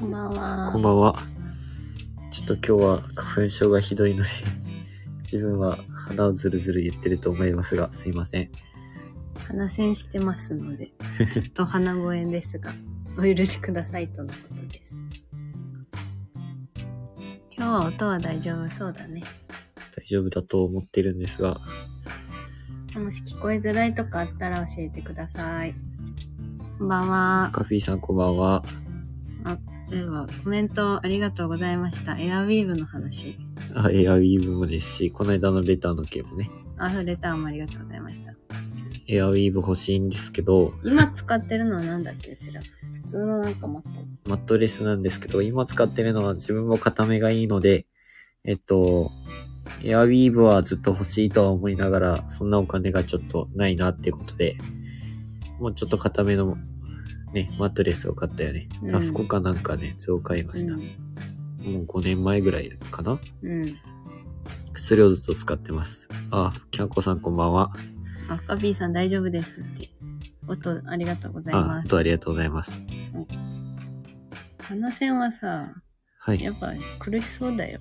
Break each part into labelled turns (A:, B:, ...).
A: こんばんは。
B: こんばんは。ちょっと今日は花粉症がひどいので、自分は鼻をズルズル言ってると思いますが、すいません。
A: 鼻栓してますので、ちょっと鼻声ですが、 お許しくださいとのことです。今日は音は大丈夫そうだね。
B: 大丈夫だと思ってるんですが、
A: もし聞こえづらいとかあったら教えてください。こんばんは。
B: カフィーさんこんばんは。
A: では、コメントありがとうございました。エアウィーヴの話。
B: あエアウィーヴもですし、この間のレターの件もね、
A: あ、レターもありがとうございました。
B: エアウィーヴ欲しいんですけど、
A: 今使ってるのは何だっけうちら。普通のなんかマット。
B: マットレスなんですけど、今使ってるのは自分も固めがいいので、えっと、エアウィーヴはずっと欲しいとは思いながら、そんなお金がちょっとないなってことで、もうちょっと固めの、ね、マットレスを買ったよね。
A: うん
B: ラフコかなんかね、そう買いました。
A: う
B: も
A: ん
B: う5年前ぐらいかな
A: うん。
B: 薬をずっと使ってます。あ、キャンコさんこんばんは。
A: あ、カピーさん大丈夫ですって。音ありがとうござい
B: あ
A: ま、
B: あ
A: す。
B: とありがとうございます。
A: 鼻栓はさ、
B: はい。
A: やっぱ苦しそうだよ。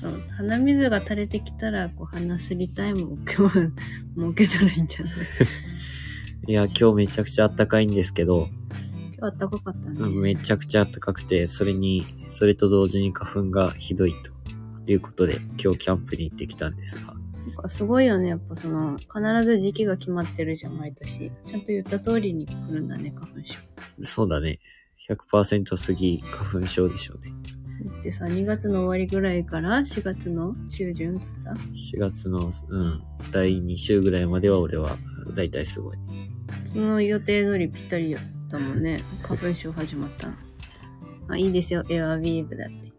A: そう、鼻水が垂れてきたら、こう鼻すりタイムを今 日設けたらいいんじゃない
B: いや、今日めちゃくちゃ暖かいんですけど、
A: 今日あったかかったね。
B: うんめちゃくちゃ暖かくて、それに、それと同時に花粉がひどいということで、今日キャンプに行ってきたんですが、
A: なんかすごいよね。やっぱその、必ず時期が決まってるじゃん、毎年。ちゃんと言った通りに来るんだね、花粉症。
B: そうだね、100%過ぎ花粉症でしょうね。
A: だってさ、2月の終わりぐらいから4月の中旬っつった
B: 4月の、うん、第2週ぐらいまでは俺は、だいたいすごい。
A: その予定通りぴったりやったもんね。花粉症始まったの。あ、いいですよ、エアウィーブだって。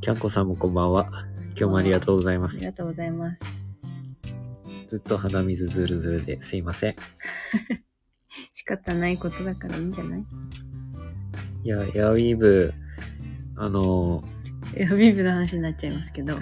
B: キャンコさんもこんばんは。今日もありがとうございま
A: あり
B: す。
A: がとうございます。
B: ずっと鼻水ずるずるですいません。
A: 仕方ないことだからいいんじゃない
B: いや、エアウィーブ、あの、
A: エアウィーブの話になっちゃいますけ ど。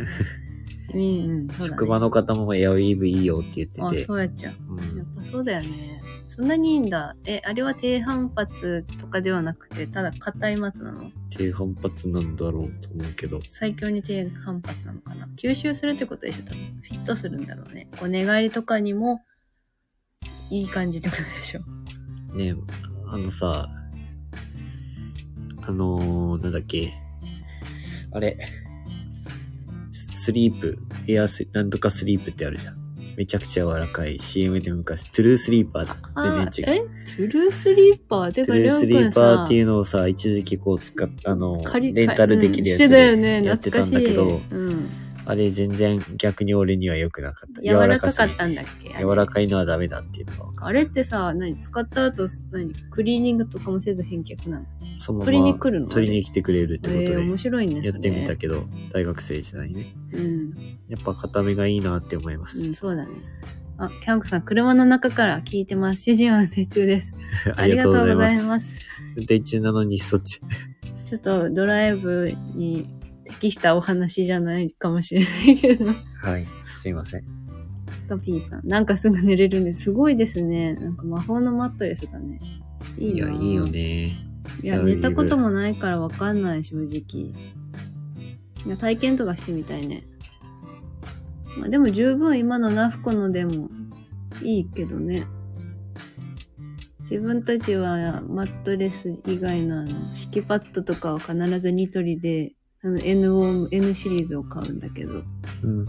A: うん、うん、そうだ、ね。
B: 職場の方もエアウィーブいいよって言って
A: あ、
B: て、
A: そうやっちゃう。
B: う
A: やっ
B: ん、
A: ぱそうだよね。そんなにいいんだ。え、あれは低反発とかではなくて、ただ硬いマットなの
B: 低反発なんだろうと思うけど、
A: 最強に低反発なのかな吸収するってことでしょ多分フィットするんだろうね。こう寝返りとかにも、いい感じってことでしょ
B: ねえ、あのさ、あのー、なんだっけ、あれ、スリープ、エアス、なんとかスリープってあるじゃん。めちゃくちゃ柔らかい CM で昔、トゥルースリーパー
A: あ
B: だ
A: ー
B: 全
A: え
B: 然違う。
A: トゥルースリーパーて
B: ト
A: か、
B: ゥル
A: り
B: ー
A: ょう
B: ス
A: く
B: リー
A: ん
B: パー
A: さ
B: ってい、うのをさ、一時期こう使っ、あのー、
A: 借り
B: レンタルできるやつ
A: うんしてたよね。
B: やってたんだけど、
A: 懐かしいうん。
B: あれ全然逆に俺には良くなかった。
A: 柔らか
B: す
A: か
B: ぎ
A: ったんだっけあれ
B: 柔らかいのはダメだっていうのが分か
A: あれってさ、何使った後、何クリーニングとかもせず返却なの
B: る。そのまま
A: 取りに来るの
B: 取りに来てくれるってこと
A: え
B: で。
A: ー、面白いね、それ
B: やってみたけど、大学生時代にね。
A: うん、
B: やっぱ固めがいいなって思います。
A: うん、そうだね。あ、キャンクさん、車の中から聞いてます。主人は熱中です。
B: ありがとうございま
A: あり
B: す
A: がとう。ございます
B: 運転中なのにそっち。
A: ちょっとドライブに適したお話じゃないかもしれないけど。
B: はい。すいません。
A: カピーさん、なんかすぐ寝れるんですごいですね。なんか魔法のマットレスだね。いい
B: いや、
A: ない
B: いよ。ね。
A: いや、寝たこともないからわかんない、正直。いや、体験とかしてみたいね。まあでも十分今のナフコのでもいいけどね。自分たちはマットレス以外のあの敷きパッドとかは必ずニトリであの N を N シリーズを買うんだけど
B: うん。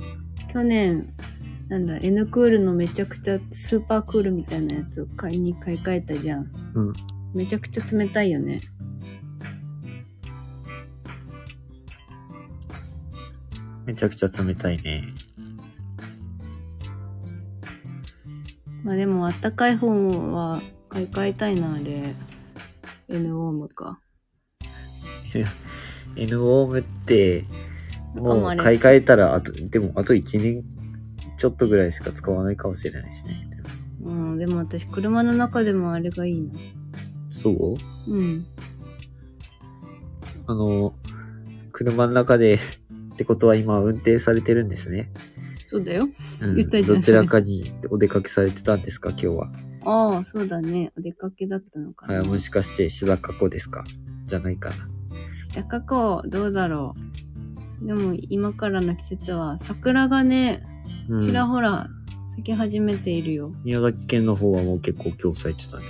A: 去年なんだ N クールのめちゃくちゃスーパークールみたいなやつを買いに買い替えたじゃん
B: うん。
A: めちゃくちゃ冷たいよね。
B: めちゃくちゃ冷たいね。
A: まあでもあったかい方は買い替えたいなあれ N ウォームか
B: N ウォームって、も
A: あ
B: うん
A: ま
B: 買
A: り
B: い替えたら、あと、でもあと1年ちょっとぐらいしか使わないかもしれないしね。
A: うんでも私車の中でもあれがいいな
B: そう
A: うん
B: あの、車の中で、 ってことは今運転されてるんですね。
A: そうだよ
B: うん
A: 言ったじゃん
B: どちらかにお出かけされてたんですか今日は。
A: ああそうだねお出かけだったのかな、
B: あもしかして、志田加子ですかじゃないかな。
A: じゃ過去、どうだろう。でも、今からの季節は、桜がね、
B: う
A: ちら
B: ん、
A: ほら咲き始めているよ。
B: 宮崎県の方はもう結構今日咲いてたね。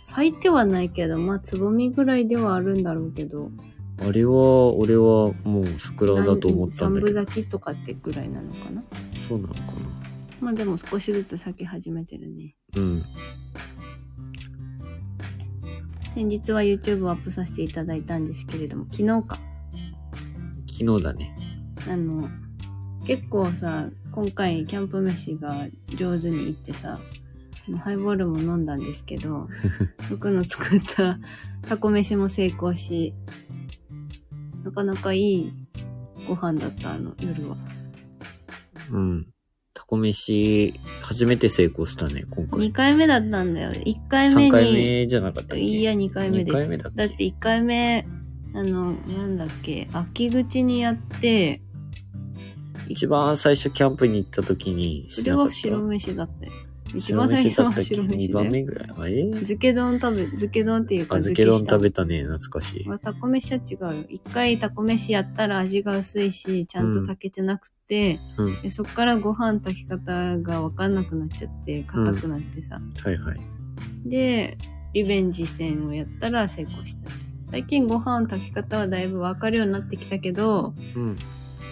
A: 咲いてはないけど、まあ、つぼみぐらいではあるんだろうけど。
B: あれは、俺はもう桜だと思ったんだけ
A: 三、分
B: ど
A: 咲きとかってぐらいなのかな。
B: そうなのかな。
A: まあ、でも少しずつ咲き始めてるね。
B: うん。
A: 先日は YouTube をアップさせていただいたんですけれども、昨日か。
B: 昨日だね。
A: あの、結構さ、今回キャンプ飯が上手にいってさ、あのハイボールも飲んだんですけ ど、僕の作った タコ飯も成功し、なかなかいいご飯だった、あの夜は。
B: うん。タコ飯、初めて成功したね、今
A: 2
B: 回。
A: 回目だったんだよ。1回目
B: 3回
A: に、
B: 目じゃなかったっけ
A: いや、2回目です。
B: 二回目だっけ
A: だって1回目、あの、なんだっけ、秋口にやって、
B: 一番最初キャンプに行った時に
A: そ
B: し
A: れ
B: なかっ
A: は
B: た。
A: 白飯だったよ。一
B: 白
A: 番最
B: 飯
A: 初
B: だっ
A: は
B: たっけ
A: 白飯
B: 2
A: だ
B: 番
A: よ。
B: 目ぐらい。あえー
A: 漬け丼食べ、漬け丼っていうか
B: あ、漬け丼食べ
A: た。
B: たね。懐かしい。
A: まあタコ飯は違うよ。一回タコ飯やったら味が薄いし、ちゃんと炊けてなくて、
B: うん。は
A: でそっからご飯炊き方がわかんなくなっちゃって、硬くなってさ。
B: いはい。
A: で、リベンジ戦をやったら成功した。最近ご飯炊き方はだいぶわかるようになってきたけど、
B: うん。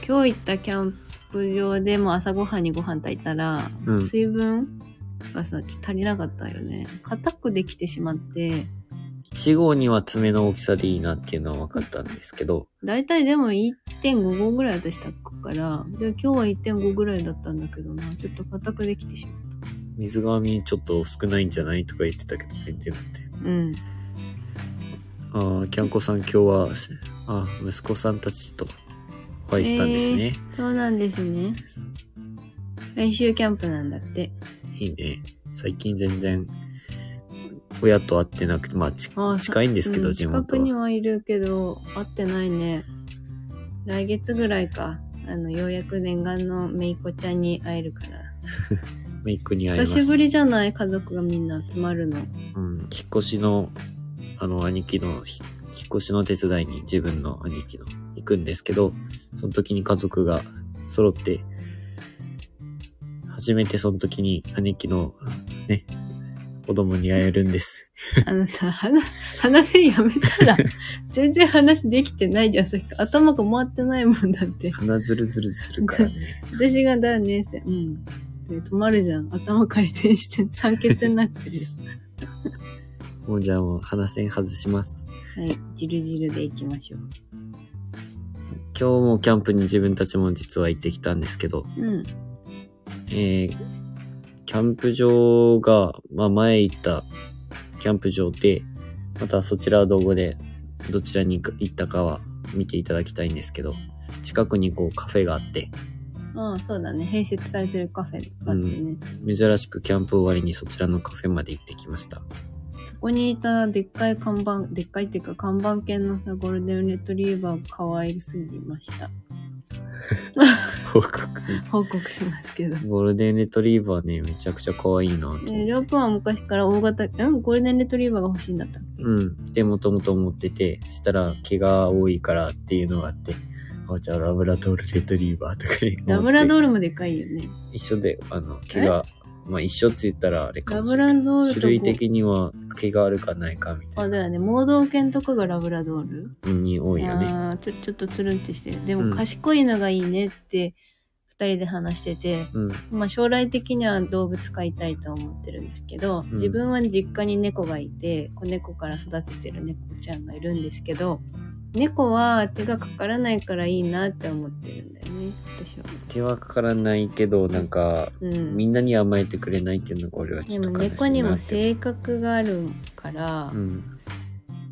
A: 今日行ったキャンプ場でも朝ごはんにご飯炊いたら、
B: うん
A: 水分がさ、足りなかったよね。硬くできてしまって、
B: 1号には爪の大きさでいいなっていうのは分かったんですけど、
A: 大体でも1.5合ぐらい私炊くから、で今日は1.5ぐらいだったんだけどな、ちょっと硬くできてしまっ
B: 水がみちょっと少ないんじゃないとか言ってたけど、全然だって。
A: た。うん。
B: ああ、キャンコさん今日は、あ、息子さんたちとお会いしたんですね。
A: そうなんですね。来週キャンプなんだって。
B: いいね。最近全然、親と会ってなくて、まあ、ち
A: あー
B: 近いんですけど、
A: うん
B: 地元
A: 近くに
B: は。
A: はいるけど、会ってないね。来月ぐらいか。あの、ようやく念願のめいこちゃんに会えるから。
B: メイクに会いま
A: 久
B: す。
A: しぶりじゃない家族がみんな集まるの。
B: うん、引っ越しの、あの、兄貴の、ひ引っ越しの手伝いに自分の兄貴の行くんですけど、その時に家族が揃って、初めてその時に兄貴の、ね、子供に会えるんです。
A: あのさ、話、話せやめた ら、全然話できてないじゃん。さっき頭が回ってないもんだって。
B: 鼻ずるずるするからね。
A: 私がだよねして、うん。で止まるじゃん。頭回転して、酸欠になってるよ。
B: もうじゃあもう鼻線外します。
A: はい。じるじるでいきましょう。
B: 今日もキャンプに自分たちも実は行ってきたんですけど、
A: うん。
B: えーキャンプ場が、まあ、前行ったキャンプ場で、またそちらは動画でどちらに行く行ったかは見ていただきたいんですけど、近くにこうカフェがあって、
A: ああ、そうだね。併設されてるカフェがあってね。
B: 珍しくキャンプ終わりにそちらのカフェまで行ってきました。
A: そこにいたでっかい看板、でっかいっていうか看板犬のさ、ゴールデンレトリーバーが可愛すぎました。
B: 報告。
A: 報告しますけど。
B: ゴールデンレトリーバーね、めちゃくちゃ可愛いなと思っ
A: えー、
B: て。
A: りょうくんは昔から大型、うん、ゴールデンレトリーバーが欲しいんだった。
B: うん。で、もともと思ってて、したら毛が多いからっていうのがあって、あ、じゃあラブラドールレトリーバーとかね思って
A: ラブラドールもでかいよね。
B: 一緒で、あの、毛が、まあ一緒って言ったらあれか
A: ラ
B: も
A: ブ
B: しれない。
A: ラドールと
B: 種類的には毛があるかないかみた
A: あ、
B: い
A: だ
B: な
A: よね。盲導犬とかがラブラドール
B: に多いよね。
A: あーつちょっとつるんってしてる。で
B: う
A: も
B: ん
A: 賢いのがいいねって、二人で話してて、
B: うん。
A: まあ将来的には動物飼いたいと思ってるんですけど、
B: ん
A: 自分は実家に猫がいて、子猫から育ててる猫ちゃんがいるんですけど、猫は手がかからないからいいなって思ってるんだよね、私は。
B: 毛はかからないけど、なんか、
A: うん。
B: みんなに甘えてくれないっていうのが俺は
A: で
B: ちょっと
A: も
B: 悲しいなって。
A: 猫にも性格があるから、
B: うん。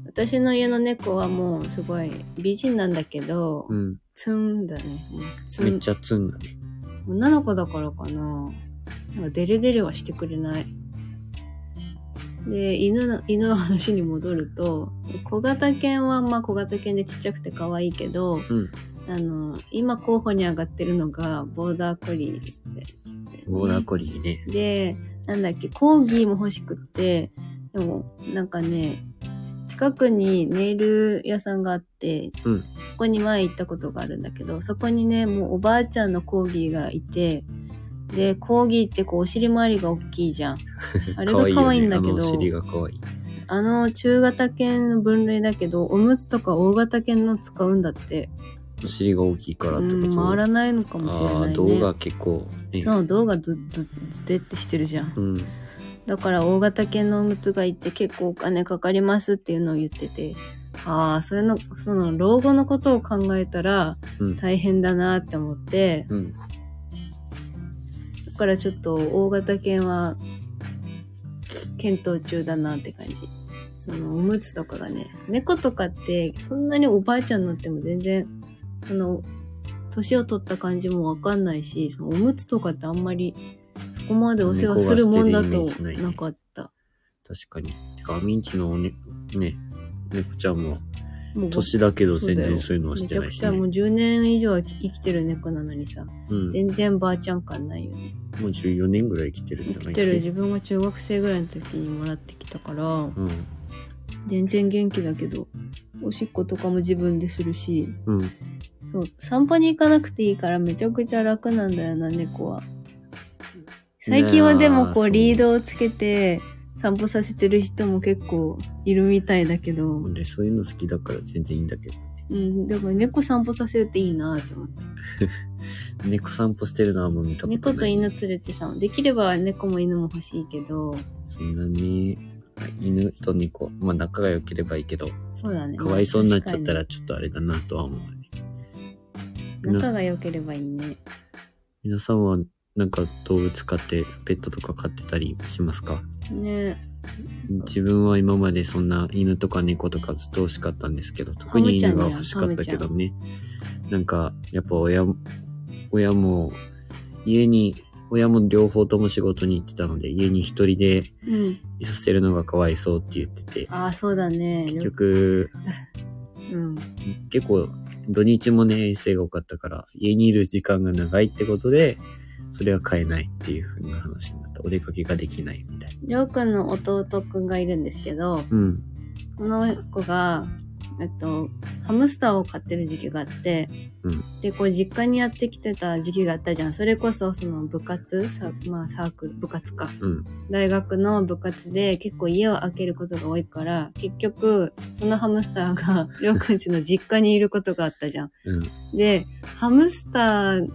A: 私の家の猫はもうすごい美人なんだけど、
B: うん。
A: ツンだね。もうツ
B: めっ
A: ン。
B: ちゃツンだね。
A: 女の子だからかな。なんかデレデレはしてくれない。で、犬の、犬の話に戻ると、小型犬はまあ小型犬でちっちゃくて可愛いけど、
B: うん。
A: あの、今候補に上がってるのがボーダーコリーですね、
B: ボーダーコリーね。
A: で、なんだっけ、コーギーも欲しくって、でも、なんかね、近くにネイル屋さんがあって、
B: うん
A: そこに前行ったことがあるんだけど、そこにね、もうおばあちゃんのコーギーがいて、で、コーギーってこうお尻周りが大きいじゃ ん。あれが可愛いんだけ
B: あ
A: ど、
B: のお尻が可愛い。
A: あの中型犬の分類だけど、おむつとか大型犬の使うんだって。
B: お尻が大きいからって
A: う
B: こと
A: ん、回らないのかもしれ
B: あ
A: ない
B: あ、
A: ね。
B: 動画結構ね。
A: そう、動画ずずずてってしてるじゃん。
B: うん。
A: だから大型犬のおむつがいて結構お金かかりますっていうのを言ってて、ああ、それの、その老後のことを考えたら
B: うん。
A: 大変だなって思って、
B: うん。
A: だからちょっと大型犬は検討中だなって感じ。そのおむつとかがね、猫とかってそんなにおばあちゃんになっても全然、その、年を取った感じもわかんないし、そのおむつとかってあんまりそこまでお世話するもんだと
B: 猫がしてるイメージないね
A: なかった。
B: 確かに。てか、アミンチのね、ね、猫ちゃんも、
A: もう
B: 年だけど
A: そう
B: 全
A: だよ
B: 然そういうのはし
A: め
B: て
A: ちゃ
B: な
A: く
B: いし、
A: ちゃもう
B: ね。
A: 10年以上は生きてる猫なのにさ、
B: うん。
A: 全然ばあちゃん感ないよね。
B: もう14年ぐらい生きてるん
A: 生
B: じゃない
A: きてる自分が中学生ぐらいの時にもらってきたから、
B: うん。
A: 全然元気だけど、おしっことかも自分でするし、
B: うん。
A: そう、散歩に行かなくていいからめちゃくちゃ楽なんだよな、猫は。最近はでもこ
B: いやーそう
A: うリードをつけて散歩させてる人も結構いるみたいだけど、
B: 俺、そういうの好きだから全然いいんだけど。
A: うん、だから猫散歩させるっていいなって思って。
B: 猫散歩してるのはもう見たこと
A: 猫と
B: ない。
A: 犬連れてさできれば猫も犬も欲しいけど
B: そんなに、あ犬と猫、まあ仲が良ければいいけど、
A: そうだね
B: かわいそうになっちゃったらちょっとあれだなとは思うね。
A: まあ仲が良ければいいね
B: 皆さんはなんか動物飼って、ペットとか飼ってたりしますか
A: ね
B: 自分は今までそんな犬とか猫とかずっと欲しかったんですけど、特
A: ハ
B: に
A: ムちゃん
B: 犬
A: だ
B: が
A: よ
B: 欲しかったけどね。なんか、やっぱ親も、親も、家に、親も両方とも仕事に行ってたので、家に一人で
A: うん
B: いさせるのがかわいそうって言ってて、
A: ああそうだね
B: 結局、
A: うん
B: 結構土日もね、遠征が多かったから、家にいる時間が長いってことで、それは買えないっていう風な話になった。お出かけができないみたいな。
A: りょうくんの弟くんがいるんですけど
B: うん。
A: その子がえっとハムスターを飼ってる時期があって、
B: う
A: でこう実家にやってきてた時期があったじゃんそれこそその部活さまあサークル部活か
B: うん。
A: 大学の部活で結構家を空けることが多いから、結局、そのハムスター が、りょうくんちの実家にいることがあったじゃん。
B: うん。
A: で、ハムスター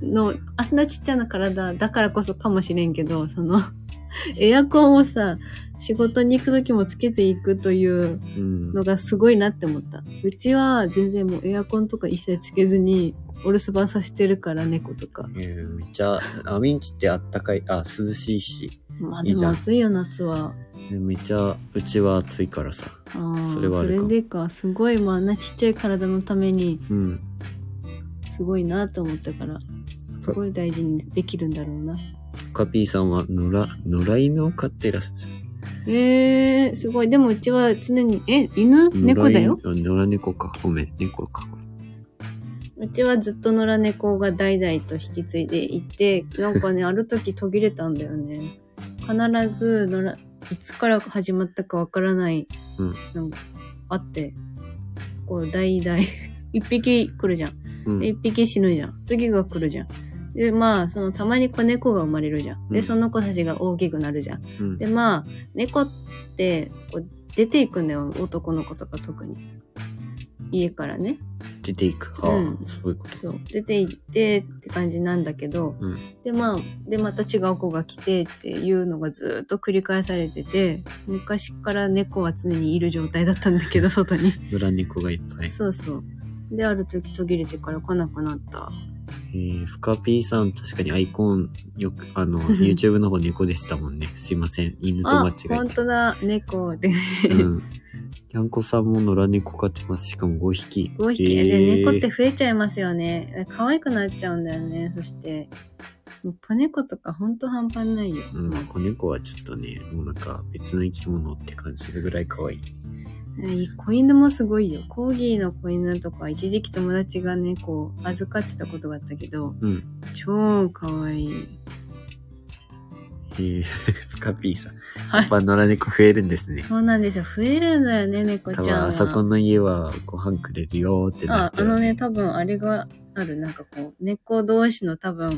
A: の、あんなちっちゃな体だからこそかもしれんけど、その、 エアコンをさ、仕事に行く時もつけていくという
B: うん。
A: のがすごいなって思った。うちは全然もうエアコンとか一切つけずに、お留守番させてるから、猫とか。
B: えーめっちゃ、アミンチってあったかい、あ、涼しいし、
A: まあ
B: い
A: で
B: いじ
A: も
B: ゃん
A: 暑いよ、夏は。
B: めっちゃ、うちは暑いからさ。
A: ああ
B: それはあるか
A: それでかすごいまああんなちっちゃい体のために
B: うん。
A: すごいなと思ったからすごい大事にできるんだろうな
B: カピーさんは、野良、野良犬を飼っていらっしゃる。
A: えー、すごいでもうちは常にえ犬
B: 野良
A: 猫だよ
B: 犬あ野良猫か、ごめん、猫か。
A: うちはずっと野良猫が代々と引き継いでいてなんかねある時途切れたんだよね必ず野良いつから始まったかわからない
B: うん
A: のがあってこう代々 一匹来るじゃん
B: うん。
A: で、一匹死ぬじゃん。次が来るじゃん。で、まあ、その、たまに子猫が生まれるじゃん。
B: う
A: で、
B: ん
A: その子たちが大きくなるじゃん。
B: うん
A: で、まあ、猫って、こう、出ていくんだよ。男の子とか特に。家からね。
B: 出ていく。はあ、
A: うん
B: そういうこと。
A: そう。出て行ってって感じなんだけど、
B: うん
A: で、まあ、で、また違う子が来てっていうのがずっと繰り返されてて、昔から猫は常にいる状態だったんだけど、外 に。
B: 野良猫がいっぱい。
A: そうそう。で、ある時途切れてから来なくなった。
B: えー、フカピーさん、確かにアイコン、よく、あの、YouTube の方猫でしたもんね。すいません。犬と間違
A: あ、
B: え
A: 本
B: て。
A: 当だ、猫で。
B: うん。キャンコさんも野良猫飼ってます。しかも5匹。
A: 5匹、
B: え
A: で
B: ー
A: 猫って増えちゃいますよね可愛くなっちゃうんだよねそして子猫とかほんと半端ないよ、
B: うん、子猫はちょっとね、もうなんか別の生き物って感じるぐらい可愛い。
A: うん子犬もすごいよコーギーの子犬とか一時期友達が猫を預かってたことがあったけど
B: うん。
A: 超可愛い
B: ええー、 スカピーさん。
A: はい
B: やっぱ野良猫増えるんですね。
A: そうなんですよ。増えるんだよね、猫
B: 多
A: ち
B: 分
A: ゃんは。
B: あそこの家はご飯くれるよーってな
A: あ
B: っ、ち
A: あ
B: ゃう
A: のね、多分あれがある、なんかこう、猫同士の多分、
B: うん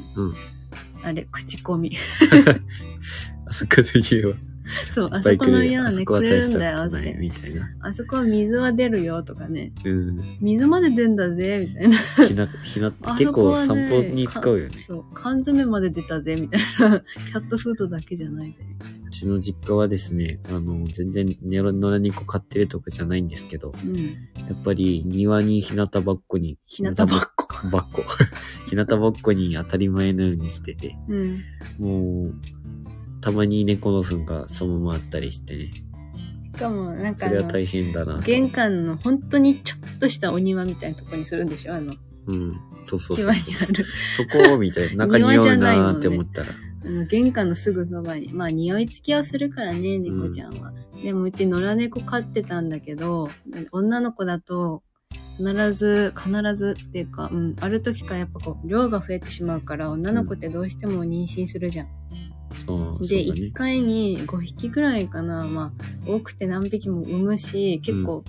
A: あれ、口コミ。
B: あそこの家は。
A: そう、あ
B: いっぱ
A: そ
B: い
A: こ
B: くれ
A: の
B: る
A: 家はね、
B: あそこは
A: くれ
B: 大
A: る
B: し
A: んだ
B: た
A: よ、
B: こ
A: つっ
B: とない
A: て。
B: みたいな。
A: あそこは水は出るよ、とかね。
B: うん。
A: 水まで出んだぜ、みたいな。
B: ひな、ひな、
A: あ
B: 結
A: そこ
B: 構
A: はね
B: 散歩に使うよね。
A: そう、缶詰まで出たぜ、みたいな。キャットフードだけじゃないぜ。
B: うちの実家はですね、あの、全然野良野良猫飼ってるとかじゃないんですけど、
A: うん。
B: やっぱり庭に日向ばっこに、
A: 日向ばっ
B: こば っこ。日向ばっこに当たり前のようにしてて、
A: うん。
B: もう、たまに猫の糞がそのままあったりしてね、
A: しかも、なんか
B: そ
A: あ
B: れは
A: の、
B: 大変だなと。
A: 玄関の本当にちょっとしたお庭みたいなとこにするんでしょあの、
B: うん。そうそうそう
A: 際。にある。
B: そこみたいな。中に
A: 庭
B: お
A: じゃ
B: る
A: ないもんね
B: なーって思ったら。
A: あの玄関のすぐそばにまあ匂いつきをするからね猫ちゃんは、でもうち野良猫飼ってたんだけど女の子だと必ず必ずっていうか、うん、ある時からやっぱこう量が増えてしまうから女の子ってどうしても妊娠するじゃん、
B: そう
A: で
B: そうだね
A: 1。回に5匹ぐらいかなまあ多くて何匹も産むし結構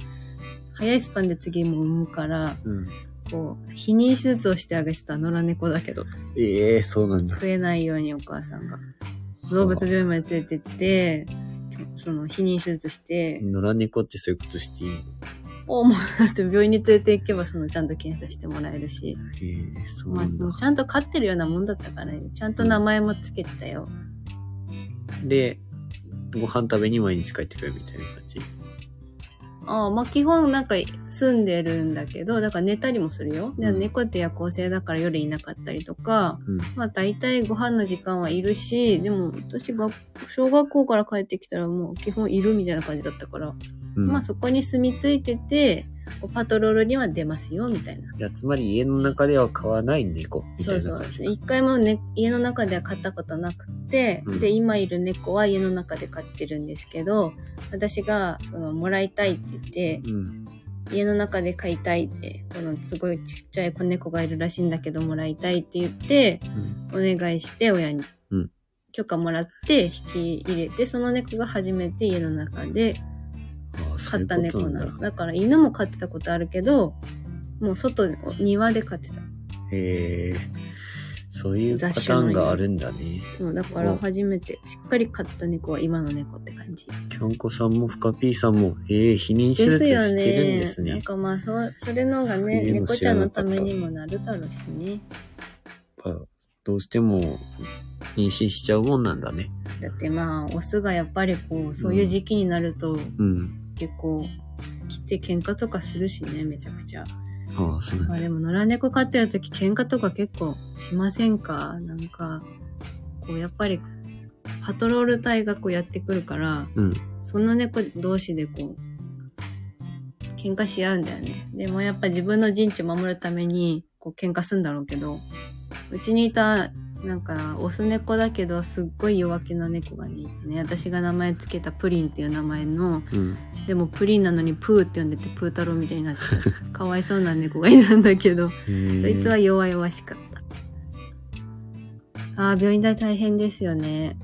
A: 早いスパンで次も産むから
B: うん。
A: こう避妊手術をしてあげてた野良猫だけど
B: ええそうなんだ。
A: 食えないようにお母さんが動物病院まで連れてってその避妊手術して、
B: 野良猫ってそういうことしていいの
A: おもうだって病院に連れて行けばそのちゃんと検査してもらえるし、
B: ええそう
A: ま
B: な
A: あ、
B: んだ
A: もう。ちゃんと飼ってるようなもんだったから、ね、ちゃんと名前もつけてたよ、
B: で、ご飯食べに毎日帰ってくるみたいな感じ。
A: ああまあ基本なんか住んでるんだけどだから寝たりもするよ、で
B: うん
A: 猫って夜行性だから夜いなかったりとか
B: うん。
A: まあ大体ご飯の時間はいるしでも私が小学校から帰ってきたらもう基本いるみたいな感じだったから
B: うん、
A: まあそこに住み着いてて、こうパトロールには出ますよ、みたいな。
B: いや、つまり家の中では飼わない猫み
A: そ
B: た
A: う
B: いな
A: そう
B: 感。じ。
A: 一回も、ね、家の中では飼ったことなくて、
B: うん
A: で、今いる猫は家の中で飼ってるんですけど、私が、その、もらいたいって言って、
B: うん。
A: 家の中で飼いたいって、このすごいちっちゃい子猫がいるらしいんだけど、もらいたいって言って、
B: うん。
A: お願いして、親に。
B: うん
A: 許可もらって、引き入れて、その猫が初めて家の中で
B: ああ、そ
A: 飼
B: うい
A: った
B: うこ
A: 猫
B: と
A: な
B: なん
A: の。だ
B: だ。
A: から犬も飼ってたことあるけど、もう外で、庭で飼ってた。
B: へえそういうパターンがあるんだね。
A: そう、だか
B: う
A: ら
B: ん
A: 初めて、しっかり飼った猫は今の猫って感じ。
B: きょんこさんもふかぴーさんも、ええ避妊手術してるんです
A: なん
B: ね。
A: かまあ、そそれのがね、
B: そういうの
A: 猫
B: 知
A: ちゃ
B: ら
A: んの
B: なか
A: た
B: っ
A: め
B: た
A: にもなるだろうしね。
B: やっぱどうしても妊娠しちゃうもんなんだね。
A: だってまあ、オスがやっぱりこう、そういう時期になると、
B: うん。
A: 結構、来て喧嘩とかするしね、めちゃくちゃ。
B: ああ、そうなん
A: まあ
B: だ。
A: でも野良猫飼ってる時喧嘩とか結構しませんかなんか、こうやっぱりパトロール隊がこうやってくるから、
B: うん。
A: その猫同士でこう、喧嘩し合うんだよね。でもやっぱ自分の陣地守るために、こう喧嘩するんだろうけど、うちにいた、なんか、オス猫だけど、すっごい弱気な猫がね、いてね、私が名前つけたプリンっていう名前の、
B: うん。
A: でもプリンなのにプーって呼んでてプー太郎みたいに なってたかわいそうな猫がいたんだけど、そいつは
B: へえ
A: 弱々しかった。ああ、病院代大変ですよね。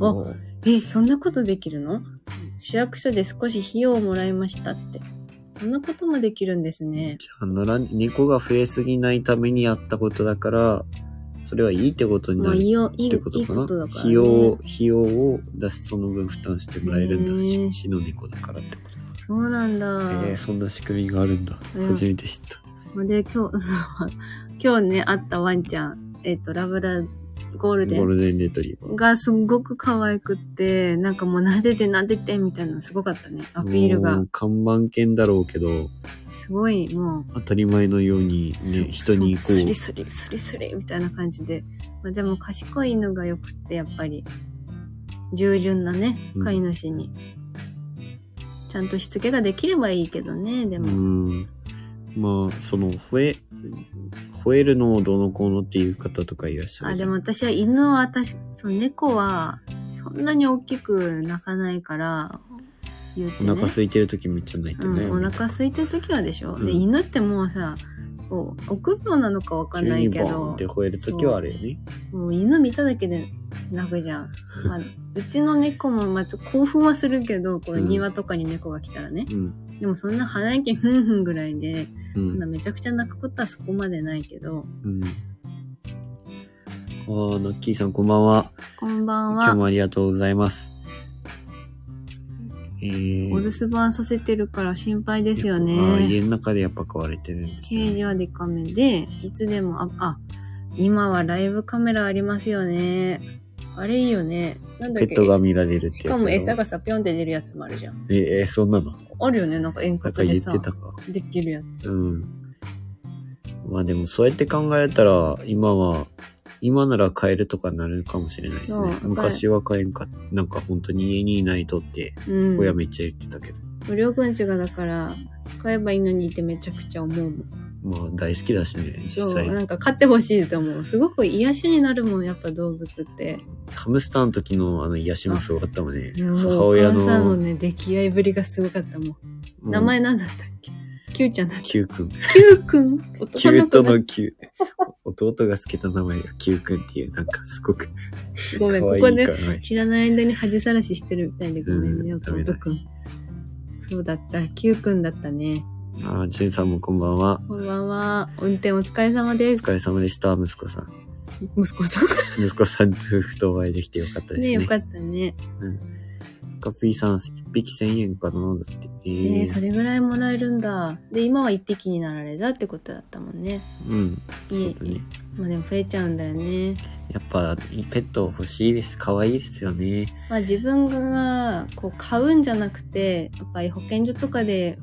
A: お
B: おう
A: え、そんなことできるの市役所で少し費用をもらいましたって。そんなこともできるんですね。
B: じゃあ野良猫が増えすぎないためにやったことだから、それはいいってことに
A: ま
B: な
A: あ、
B: る
A: いいよ、いい、
B: っ
A: い
B: て
A: いこ
B: こ
A: と
B: かな
A: とだから、ね。
B: 費用、費用を出し、その分負担してもらえるんだ
A: へ
B: し、
A: え
B: 市の猫だからってこと。
A: そうなんだ。
B: ええそんな仕組みがあるんだ。
A: うん
B: 初めて知った。
A: で、今日、 そう今日ね、会ったワンちゃん、えっ、と、ラブラ、ゴールデ
B: ゴー
A: ン
B: ルデンレトリーバー。
A: がすんごく可愛くって、なんかもう撫でて撫でてみたいなのすごかったね。アピール
B: も
A: が
B: う。看板犬だろうけど、
A: すごい、もう、
B: 当たり前のように
A: そう
B: ね、人にこ
A: そうスリ
B: う、
A: スリスリスリみたいな感じで、まあ、でも賢い犬がよくってやっぱり従順なね
B: うん
A: 飼い主に、ちゃんとしつけができればいいけどねで
B: う
A: も、
B: ん。まあ、その、吠え、吠えるのをどうのこうのっていう方とかいらっしゃ
A: あ
B: るじ
A: で
B: ゃ
A: も
B: ん。
A: 私は犬は私そう猫はそんなに大きく鳴かないから言ってね
B: お腹空いてる時めっちゃ泣いて
A: う
B: ない、
A: ん、お腹空いてる時はでしょ、で
B: うん
A: 犬ってもうさそう臆病なのかわかんないけ
B: 12番
A: ど
B: って吠えるときはあれよね。
A: もう犬見ただけで泣くじ ゃん、まあ、うちの猫もまた興奮はするけどこう
B: うん
A: 庭とかに猫が来たらね、
B: うん。
A: でもそんな鼻息ふんふんぐらいで
B: う。
A: そんなんめちゃくちゃ泣くことはそこまでないけど
B: うん。ああ、ナッキーさんこんばんは。
A: こんばん
B: 今日
A: は
B: もありがとうございます。え
A: お
B: ー。
A: 留守番させてるから心配ですよね
B: あー家の中でやっぱ買われてるんです
A: ケー
B: ね。
A: ジはデカめで、いつでも、あ、あ、今はライブカメラありますよね。あれいいよね。なんだ
B: ペ
A: っ
B: ッ
A: け
B: トが見られるって
A: しかも餌
B: が。
A: がさ、ぴょんって出るやつもあるじゃん。
B: え、え、そんなの
A: あるよね、なんか遠
B: なん
A: 隔
B: か言
A: で
B: って
A: さ、
B: たか。
A: できるやつ。
B: うん。まあでもそうやって考えたら、今は、今なら買えるとかなるかもしれないですね。
A: そう
B: 昔は買えんか、なんか本当に家にいないとって、
A: うん。
B: 親めっちゃ言ってたけど。
A: 無料くんちがだから、買えばいいのにってめちゃくちゃ思うもん。
B: まあ大好きだしね、
A: そ
B: 実
A: う、
B: 際。
A: なんか買ってほしいと思う。すごく癒しになるもん、やっぱ動物って。
B: ハムスターの時のあの癒しもすごかったもんね。
A: いやもう
B: 母親
A: お母さんの
B: の、
A: ね、出来合いぶりがすごかったもん。名前なんだったっけキューちゃんだっ
B: キュウくん。
A: た。キューくん男
B: キュ
A: の
B: ート
A: 子だ
B: のキュー。弟が付けた名前がキュウくんっていう、なんかすごく
A: ご
B: 可
A: め
B: 愛
A: ん、
B: い
A: こ
B: か
A: こで
B: らね。
A: 知らない間に恥さらししてるみたいでごめんね、
B: うん
A: 弟くん。そうだった、Q くんだったね。
B: ああ、ジュンさんもこんばんは。
A: こんばんは。運転お疲れ様で
B: お
A: す
B: 疲。れ様でした、息子さん。
A: 息子さん。
B: 息子さんと夫婦とお会いできてよかったです
A: ね、
B: ね。
A: よかったね。
B: カピーさん、一匹千円かなだって。え
A: え
B: ー
A: ー、それぐらいもらえるんだ。で、今は一匹になられたってことだったもんね。
B: うん。
A: い
B: 本
A: い
B: 当。に。
A: まあでも増えちゃうんだよね。
B: やっぱ、ペット欲しいです。可愛いですよね。
A: まあ自分が、こう、買うんじゃなくて、やっぱり保健所とかで、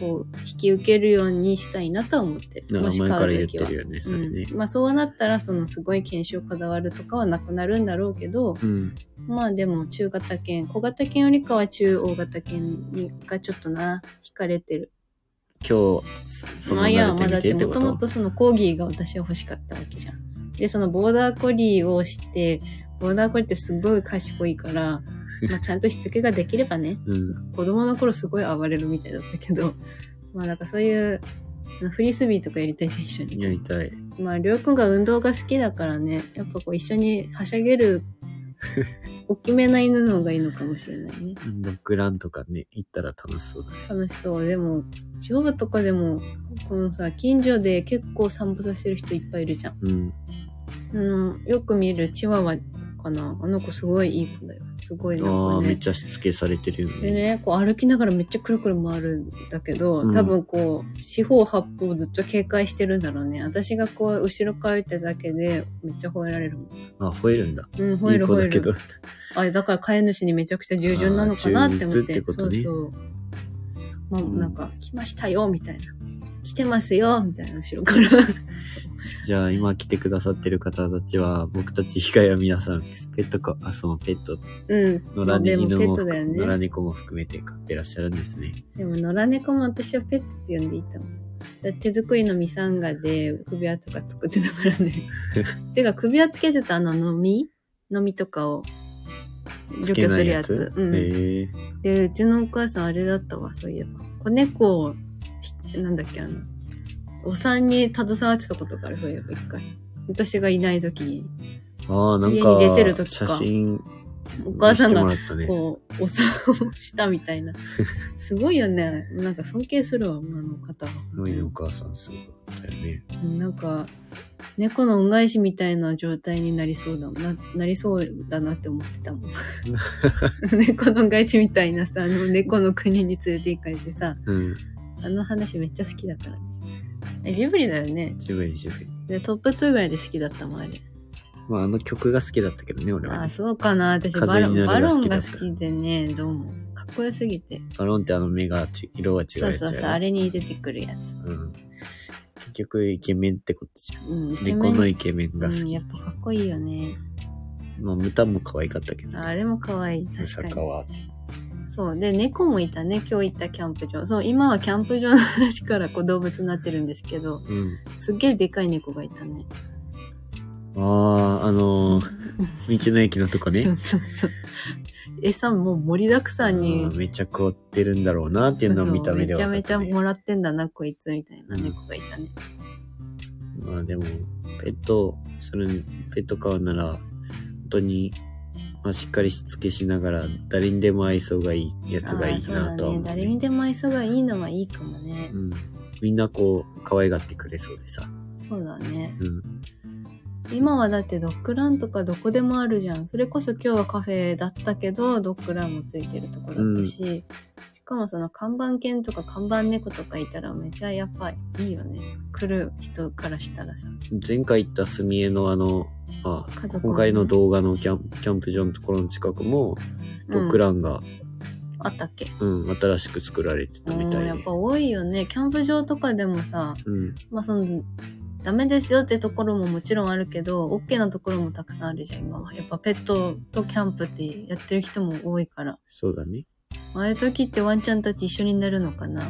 A: こう、引き受けるようにしたいなとは思ってる。
B: なん
A: も
B: か
A: し
B: 前
A: 買
B: から言
A: う
B: っ
A: とき
B: て
A: は
B: る。よね、それね。
A: うん、まあそうなったらそのすごい犬種をこだわるとかはなくなるんだろうけど
B: うん。
A: まあでも中型犬小型犬よりかは中大型犬にがちょっとな惹かれてる
B: 今日、その
A: まあいや
B: 慣
A: まあだ
B: れ
A: って
B: み
A: て
B: てっ
A: も
B: てことと
A: もとそのコーギーが私は欲しかったわけじゃんでそのボーダーコリーをしてボーダーコリーってすごい賢い から、まあ、ちゃんとしつけができればね
B: うん。
A: 子供の頃すごい暴れるみたいだったけどまあなんかそういうあのフリスビーとかやりたいじゃん一緒に
B: やりたい。
A: まあ、りょうくんが運動が好きだからね、やっぱこう一緒にはしゃげ る、大きめな犬の方がいいのかもしれないね。
B: ドッグランとかね、行ったら楽しそうだね。
A: 楽しそう。でも、地方とかでも、このさ、近所で結構散歩させてる人いっぱいいるじゃん。
B: うん。
A: うん、よく見るチワワかな。あの子すごいいい子だよ。すごいな
B: あ
A: ん
B: あ、
A: か
B: めっ
A: ね。
B: ちゃしつけされてるよ
A: で
B: ね。
A: ね、こう歩きながらめっちゃくるくる回るんだけど、
B: うん
A: 多分こう、四方八方ずっと警戒してるんだろうね。私がこう、後ろから行っただけで、めっちゃ吠えられるもん。
B: あ、吠えるんだ。
A: うん、吠
B: い
A: え
B: い
A: る
B: 子
A: 吠え
B: だけ
A: る
B: ど。。
A: あれだから飼い主にめちゃくちゃ従順なのかなって思って
B: あー忠実ってことね
A: そうそうまあ
B: うん
A: なんか「来ましたよ」みたいな「来てますよ」みたいな後ろから
B: じゃあ今来てくださってる方たちは、僕たち以外は皆さん、ペットか、あ、そのペット、
A: うん
B: 野
A: まあ
B: 良
A: で
B: 犬
A: もペッ
B: も
A: トだよ
B: 含、野良
A: ね
B: 猫も含めて飼ってらっしゃるんですね。
A: でも野良猫も私はペットって呼んでいいと思うだって手作りのミサンガで首輪とか作ってたから ねてか首輪つけてたあの飲み飲みとかを除去するやつ
B: つけ
A: う
B: なんいやつへ
A: で、
B: え
A: うちのお母さんあれだったわ、そういえば。子猫を、ひなんだっけ、あの、お産に携わってたことがある、そういえば一回。私がいない時に、
B: ああ、なん
A: 家に出てる
B: か、
A: 時
B: 写
A: か
B: 真、
A: お母さんが
B: 見せてもらったね。
A: こう、お産をしたみたいな。すごいよね。なんか尊敬するわ、あの方は。
B: ノイのお母さん、すごかったよね。
A: なんか、猫の恩返しみたいな状態になりそうだもんな、なりそうだなって思ってた もん。猫の恩返しみたいなさ、あの猫の国に連れて行かれてさ、
B: うん。
A: あの話めっちゃ好きだからね。えジブリだよね。
B: ジブリ、ジブリ。
A: で、トップ2ぐらいで好きだったもん、あれ。
B: まあ、あの曲が好きだったけどね、俺は
A: あ、
B: ね。
A: そうかな。私、バ
B: 風
A: ロ
B: に
A: ン、
B: な
A: バ
B: るが
A: ロ
B: 好
A: ン
B: きだ
A: が
B: っ
A: 好
B: た
A: きでね、どうも。かっこよすぎて。
B: バロンってあの目がち、色が違う
A: そう
B: やつ
A: そ
B: や
A: う
B: ね
A: そう、あれに出てくるやつ。
B: うん。結局、イケメンってことじゃん。
A: うん、イケメ
B: 猫
A: ン
B: のイケメンが
A: う
B: 好
A: ん、
B: き
A: やっ。ぱかっこいいよね。
B: まあ、ムタも可愛かったけどね。
A: ああれもかわいい。
B: ム
A: 確
B: サ
A: か
B: カ
A: に。
B: ワ。
A: そう。で、猫もいたね。今日行ったキャンプ場。そう、今はキャンプ場の話からこう動物になってるんですけど、
B: うん。
A: すっげえでかい猫がいたね。
B: ああ、あのー、道の駅のとこね
A: そう。そうそう。餌も盛りだくさんに
B: あーめっちゃ凍ってるんだろうなっていうのを見た目では
A: そうめ
B: 分
A: ち
B: か
A: ゃ
B: った
A: めちゃ
B: ね、
A: もらってんだな、こいつみたいな
B: うん
A: 猫がいたね。
B: まあでも、ペット、それ、ペット飼うなら、本当に、まあしっかりしつけしながら、誰にでも愛想がいいやつがい
A: あ
B: い
A: ーそ
B: なと
A: う
B: は
A: だ
B: 思う、
A: ね。誰にでも愛想がいいのはいいかもね
B: う。ん。みんなこう、可愛がってくれそうでさ。
A: そうだね。
B: うん。
A: 今はだってドッグランとかどこでもあるじゃん。それこそ今日はカフェだったけど、ドッグランもついてるとこだったし、しかもその看板犬とか看板猫とかいたらめちゃやっぱいいよね。来る人からしたらさ。
B: 前回行った墨江のあの、まあ、
A: 家族もね
B: 今回の動画のキャンキャンプ場のところの近くも、ドッグ
A: ン。
B: ランが、
A: あったっけ
B: うん、新しく作られてたみた
A: うん
B: い
A: やっ
B: で
A: ぱ。多いよね。キャンプ場とかでもさ、
B: うん。
A: まあその、ダメですよってところももちろんあるけど、OK なところもたくさんあるじゃん、今は。やっぱペットとキャンプってやってる人も多いから。
B: そうだね。
A: ああいう時ってワンちゃんたち一緒になるのかな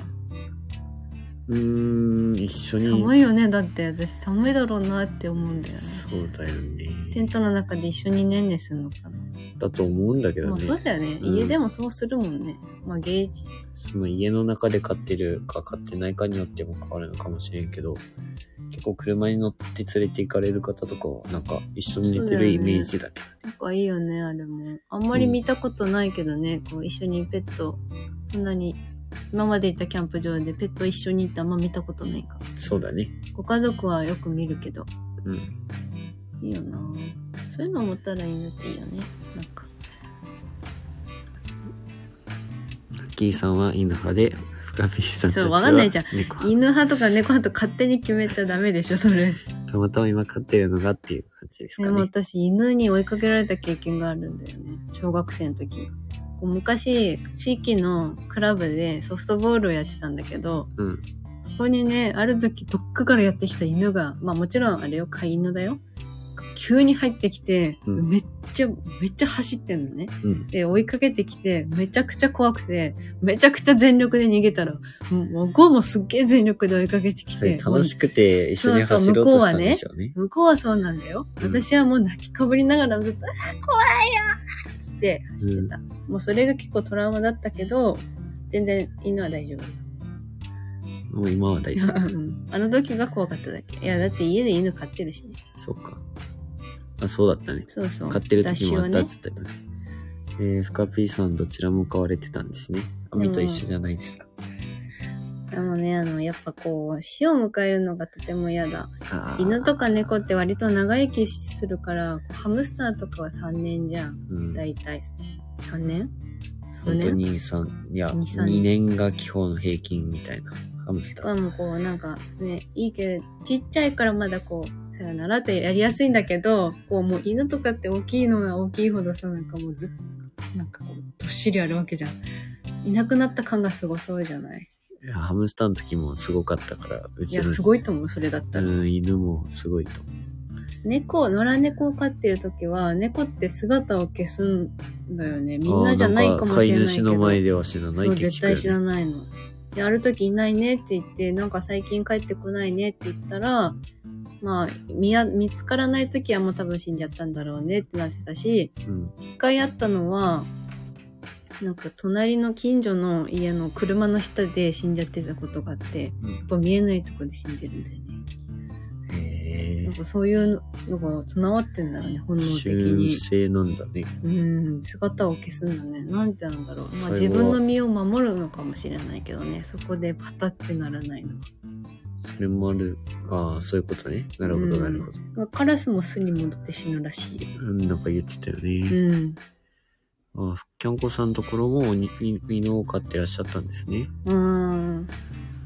B: うーん、一緒に。
A: 寒いよね、だって私寒いだろうなって思うんだよね。
B: そうだ
A: テ
B: よ
A: ン
B: ね。
A: トの中で一緒にねんねするのかな、
B: だと思うんだけ
A: ま
B: ど
A: あ
B: ね。
A: そうだよね。
B: うん
A: 家でもそうするもんね。まあゲージ。
B: その家の中で飼ってるか飼ってないかによっても変わるのかもしれんけど、結構車に乗って連れて行かれる方とかは、なんか一緒に寝てるイメージだけどね。
A: なんかいいよね、あれも。あんまり見たことないけどね、こう一緒にペット、そんなに、今まで行ったキャンプ場でペット一緒に行ってあんま見たことないか。
B: そうだね。
A: ご家族はよく見るけど、
B: うん。
A: いいよなそういうの持ったらいいのっていいよね。なんか。
B: ラッキーさんは犬派で、深ピーさんたちは
A: そうわかんないじゃん
B: 猫派
A: 犬派とか猫派と勝手に決めちゃダメでしょ、それ。
B: たまたま今飼ってるのがっていう感じです
A: で
B: か
A: も
B: ね。
A: 私、犬に追いかけられた経験があるんだよね。小学生の時。こう昔、地域のクラブでソフトボールをやってたんだけど、
B: うん。
A: そこにね、ある時、どっかからやってきた犬が、まあもちろんあれよ、飼い犬だよ。急に入ってきて、
B: うん
A: めっちゃ、めっちゃ走ってんのね。
B: うん。
A: で、追いかけてきて、めちゃくちゃ怖くて、めちゃくちゃ全力で逃げたら、もうもうゴーもすっげえ全力で追いかけてき
B: それ
A: て、
B: 楽しくて一緒に走ろうとしたんでしょうね。
A: 向こうはそうなんだよ。
B: うん
A: 私はもう泣きかぶりながらずっと、あー怖いよーっつって走ってた、もうそれが結構トラウマだったけど、全然犬は大 丈夫。
B: もう今は大丈夫。
A: うんあの時が怖かっただけ。いや、だって家で犬飼ってるしね。
B: そうか。あ、そうだったね。
A: そうそう。
B: 買ってる時
A: 雑誌
B: も
A: を
B: あったっ
A: ね。
B: つってたね。えー、深 P さんどちらも買われてたんですね。
A: で
B: 網
A: も
B: と一緒じゃないですか。
A: あのね、あの、やっぱこう、死を迎えるのがとても嫌だ。
B: あー
A: 犬とか猫っ。て割と長生きするから、こうハムスターとかは3年じゃん。
B: うん、
A: だいたい。3年
B: 本当に三いや、
A: 二三
B: 2年が基本平均みたいな。ハムス
A: し
B: タ
A: か
B: ー。
A: もこう、なんかね、いいけど、ちっちゃいからまだこう、さよならってやりやすいんだけど、こうもう犬とかって大きいのは大きいほどさ、なんかもうずっと、なんかこう、どっしりあるわけじゃん。いなくなった感がすごそうじゃない
B: いやハムスターの時もすごかったから、う
A: い
B: ち
A: や、
B: の
A: すごいと思う、それだったら。
B: うん、犬もすごいと思
A: 猫、野良猫を飼ってる時は、猫って姿を消すんだよね。みんなじゃないかもしれ
B: あー
A: なんい
B: 飼
A: け
B: い主
A: ど。
B: の前では死なない
A: そう、
B: って
A: 絶
B: 聞くよね
A: 対知らないの。で、ある時いないねって言って、なんか最近帰ってこないねって言ったら、まあ、見や、見つからない時はもう多分死んじゃったんだろうねってなってたし、
B: うん。
A: 一回あったのは、なんか隣の近所の家の車の下で死んじゃってたことがあって、やっ
B: うん
A: ぱ見えないとこで死んでるんだよね。
B: へ
A: なんかそういうのが備わってんだろうね、本能
B: え。
A: 的
B: 習
A: に。
B: 性なんだね。
A: うん、姿を消すんだね。なんてなんだろう。まあ自
B: 最後は
A: 分の身を守るのかもしれないけどね。そこでパタってならないの。
B: それもある。ああ、そういうことね。なるほど、
A: うん
B: なるほど。
A: まあカラスも巣に戻って死ぬらしいよ。
B: うん、なんか言ってたよね。
A: うん。
B: あ、キャンコさんのところもおに犬を飼ってらっしゃったんですね。
A: うん。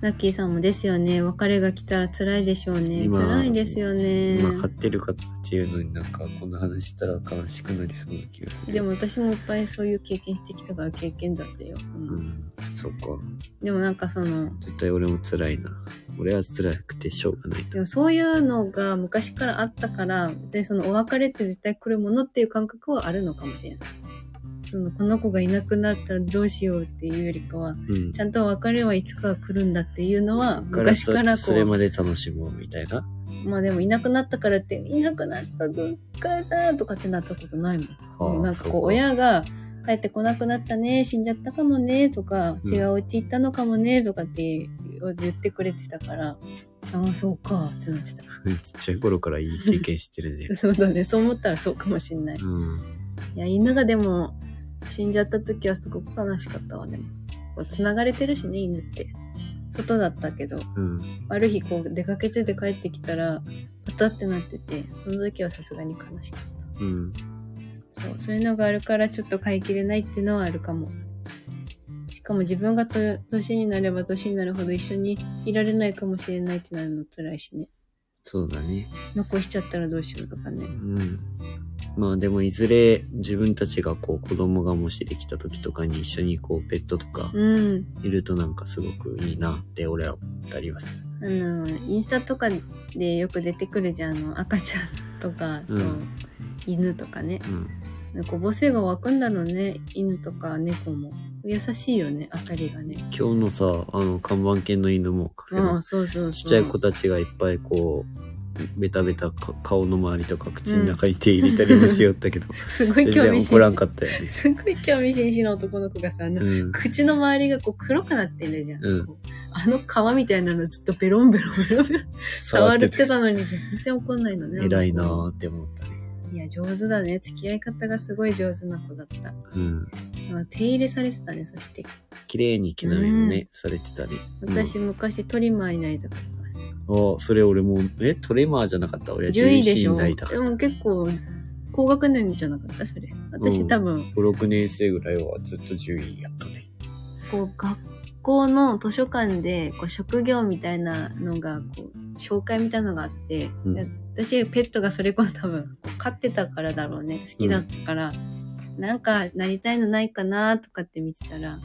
A: ラッキーさんもですよね。別れが来たら辛いでしょうね。
B: 今
A: 辛いですよね。
B: 今飼ってる方たちいるのになんかこんな話したら悲しくなりそうな気がする。
A: でも、私もいっぱいそういう経験してきたから経験だってよ。その
B: うん、そっか。
A: でもなんかその、
B: 絶対俺も辛いな。俺は辛くてしょうがないと
A: で。もそういうのが昔からあったから、別にそのお別れって絶対来るものっていう感覚はあるのかもしれない。そのこの子がいなくなったらどうしようっていうよりかは、
B: うん
A: ち。ゃんとお別れはいつかが来るんだっていうのは、
B: だら
A: 昔
B: そ
A: からこ
B: それ
A: う、
B: まで楽しもうみたいな。
A: まあでもいなくなったからって、いなくなったぞ、お母さんとかってなったことないもん。
B: ああ
A: なんか
B: そ
A: こう、親が帰ってこなくなったね、死んじゃったかもね、とか、
B: うん
A: 違うお家行ったのかもね、とかって言ってくれてたから、ああ、そうか、ってなってた。。
B: ちっちゃい頃からいい経験してる ね
A: そうだね、そう思ったらそうかもしんない。
B: うん。
A: いや、犬がでも、死んじゃった時はすごく悲しかったわ、でも。こう繋がれてるしね、犬って。外だったけど、
B: うん。
A: ある日こう出かけてて帰ってきたら、パタってなってて、その時はさすがに悲しかっ
B: うん。
A: た。そう、そういうのがあるからちょっと飼いきれないってのはあるかも。しかも自分がと年になれば年になるほど一緒にいられないかもしれないってなるの辛いしね。
B: そうだね。
A: 残しちゃったらどうしようとかね
B: う。ん。まあでもいずれ自分たちがこう子供がもしできた時とかに一緒にこうペットとか
A: うん。
B: いるとなんかすごくいいなって俺は思ったりはする。
A: あのインスタとかでよく出てくるじゃんあの赤ちゃんとかと、
B: うん
A: 犬とかね
B: うん。
A: こう母性が湧くんだろうね犬とか猫も優しいよね当たりがね
B: 今日のさ、あの看板犬の犬もカフェ
A: あ
B: の
A: あそうそうそう
B: ちっちゃい子たちがいっぱいこう、ベタベタか顔の周りとか口の中に手入れたりもしよったけど、
A: すごい
B: 全
A: 興
B: 然
A: 味
B: 怒
A: 津
B: らん
A: 々
B: かったよね。
A: すごい興味津々の男の子がさあの、
B: うん。
A: 口の周りがこう黒くなってるじゃん、
B: うん
A: こうあの皮みたいなのずっとベロンベロンベロンベロン触るってたのに全然怒んないのね
B: 偉いな
A: あの子
B: ーって思ったね。
A: いや上手だね付き合い方がすごい上手な子だった
B: うん。
A: まあ手入れされてたねそして
B: 綺麗に毛並みもね、されてたり。
A: 私、昔トリマーになりたかった
B: うんああ、それ俺もう、え、トレマーじゃなかった俺は獣
A: 10
B: 医
A: 位で
B: 師
A: しょ
B: にな
A: で
B: りたかっ
A: も結構高学年じゃなかったそれ私、
B: うん
A: 多分
B: た。5、6年生ぐらいはずっと獣医やったね。
A: こう学校の図書館でこう職業みたいなのがこう紹介みたいなのがあって、
B: うん
A: で私ペットがそれこそ多分こう飼ってたからだろうね好きだったから、なんかなりたいのないかなとかって見てたら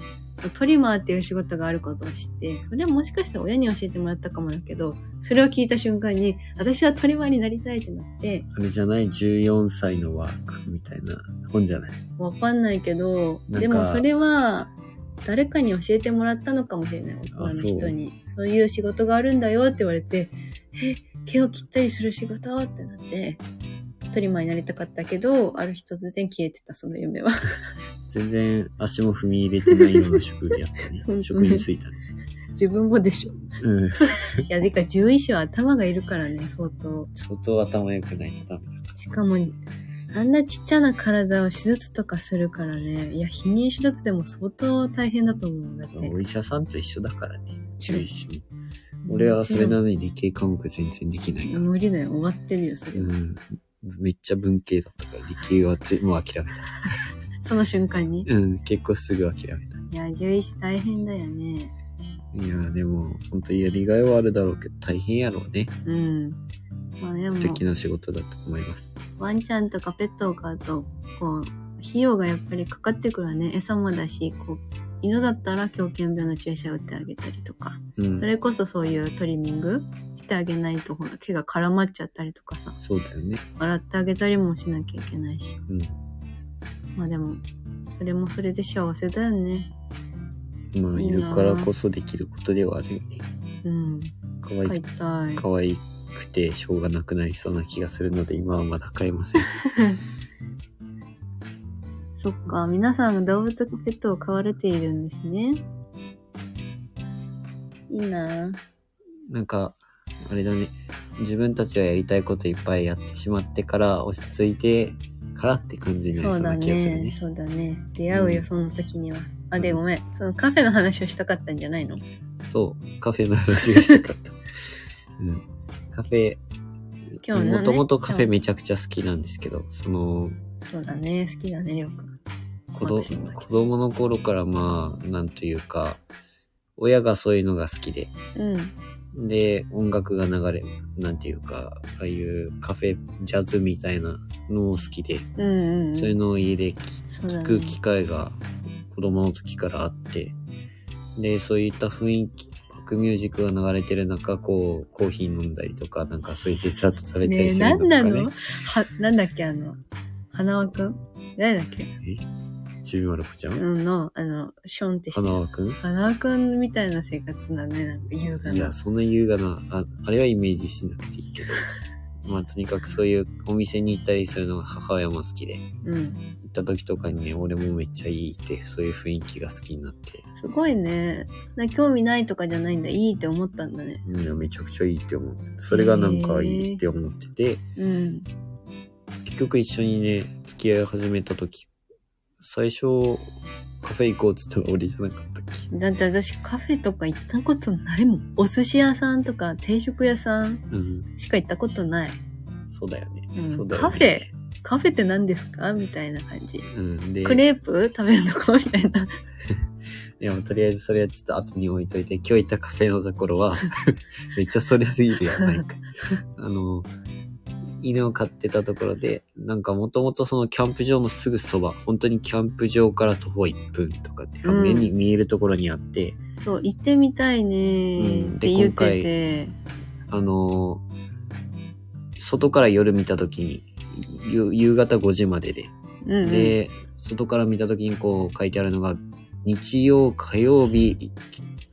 A: トリマーっていう仕事があることを知って、それはもしかしたら親に教えてもらったかもだけど、それを聞いた瞬間に、私はトリマーになりたいってなって、
B: あれじゃない ?14 歳のワークみたいな本じゃない
A: わかんないけど、
B: なんか
A: でもそれは、誰かに教えてもらったのかもしれない、大人の人に。そういう仕事があるんだよって言われて、え、毛を切ったりする仕事ってなって、トリマーになりたかったけど、ある日突然消えてた、その夢は。
B: 全然足も踏み入れてないような職業やった
A: 本当
B: ね。
A: ね
B: 職に就いたね。
A: 自分もでし ょ。
B: うん。
A: いや、でか、獣医師は頭がいるからね、相当。
B: 相当頭良くないとダメだ。
A: しかも、あんなちっちゃな体を手術とかするからね。いや、避妊手術でも相当大変だと思うんだって。
B: お医者さんと一緒だからね。獣医師も。俺はそれなのに理系科目全然できないから。
A: 無理だよ、終わってるよ、それ
B: う
A: は。
B: ん。めっちゃ文系だったから、理系はついもう諦め
A: その瞬間に。
B: た。うん、結構すぐ諦めた。
A: いや、獣医師大変だよね。
B: いやー、でも、本当にやりがいはあるだろうけど、大変やろうね。
A: うん。まあでも
B: 素、敵な仕事だと思います。
A: ワンちゃんとかペットを飼うと、こう、費用がやっぱりかかってくるわね。餌もだし、こう、犬だったら狂犬病の注射を打ってあげたりとか。
B: うん。
A: それこそそういうトリミングしてあげないと、ほら、毛が絡まっちゃったりとかさ。
B: そうだよね。
A: 洗ってあげたりもしなきゃいけないしまあでもそれもそれで幸せだよね
B: うん。まあ、
A: い
B: い
A: いなー
B: るからこそできることではあるよね。
A: うん
B: かわい
A: 飼い
B: く、
A: たい
B: かわいくてしょうがなくなりそうな気がするので、今はまだ買えません。
A: そっか皆さん動物ペットを飼われているんですねいいな
B: なんか、あれだね。自分たちはやりたいこといっぱいやってしまってから、落ち着いてからって感じになり
A: そ
B: そう
A: うだ
B: な気がするね
A: ね。そうだね出会うよ、
B: うん
A: その時にはあでごめんそのカフェの話をしたかったんじゃないの
B: そう、カフェの話がしたかった。うん。カフェ、
A: 今日のね
B: もともとカフェめちゃくちゃ好きなんですけど、その、
A: そうだね好きだねりょうくん
B: 子ど
A: 私もだけど
B: 子供の頃からまあ、なんというか、親がそういうのが好きで、
A: うん
B: で、音楽が流れ、なんていうか、ああいうカフェ、ジャズみたいなのも好きで、
A: うんうん
B: そういうのを家で
A: そうだ
B: 聞
A: ね
B: く機会が子供の時からあって、で、そういった雰囲気、バックミュージックが流れてる中、こう、コーヒー飲んだりとか、なんかそういうデザート食べた
A: ね
B: り
A: え、
B: する
A: な
B: の
A: ん
B: と
A: な
B: かね。
A: のは、なんだっけ、あの、花輪くん誰だっけ
B: ちびまる子ちゃ
A: うんんの、あの、ションってして
B: 花
A: る。
B: 輪くん
A: 花輪くんみたいな生活だね、なんか優雅
B: いや、
A: な。
B: そんな優雅な、ああれはイメージしなくていいけど、まあとにかくそういうお店に行ったりするのが母親も好きで、
A: うん。
B: 行っった時とかにね、俺もめっちゃいいって、そういう雰囲気が好きになって、
A: すごいね。なんか興味ないとかじゃないんだ。いいって思ったんだね。
B: うん、めちゃくちゃいいって思う。それがなんかいいって思ってて、
A: うん。
B: 結局一緒にね、付き合い始めた時、最初、カフェ行こうって言ったら俺じゃなかったっけ
A: だって私カフェとか行ったことないもん。お寿司屋さんとか定食屋さん
B: うん、
A: しか行ったことない。
B: そうだよね。
A: うん
B: そうだよね。
A: カフェカフェって何ですかみたいな感じ。
B: うん、で、
A: クレープ食べるとこみたいな。
B: いや、とりあえずそれはちょっと後に置いといて、今日行ったカフェのとこ ろは、めっちゃそれすぎるやん、なんか。あの、犬を飼ってたところで、なんかもともとそのキャンプ場もすぐそば、本当にキャンプ場から徒歩1分とかっていうか、
A: うん
B: 目に見えるところにあって、
A: そう、行ってみたいねーって言ってて。
B: あのー外から夜見た時に、ゆ夕方5時までで、
A: うん、うん。
B: で、外から見た時にこう書いてあるのが、日曜、火曜日、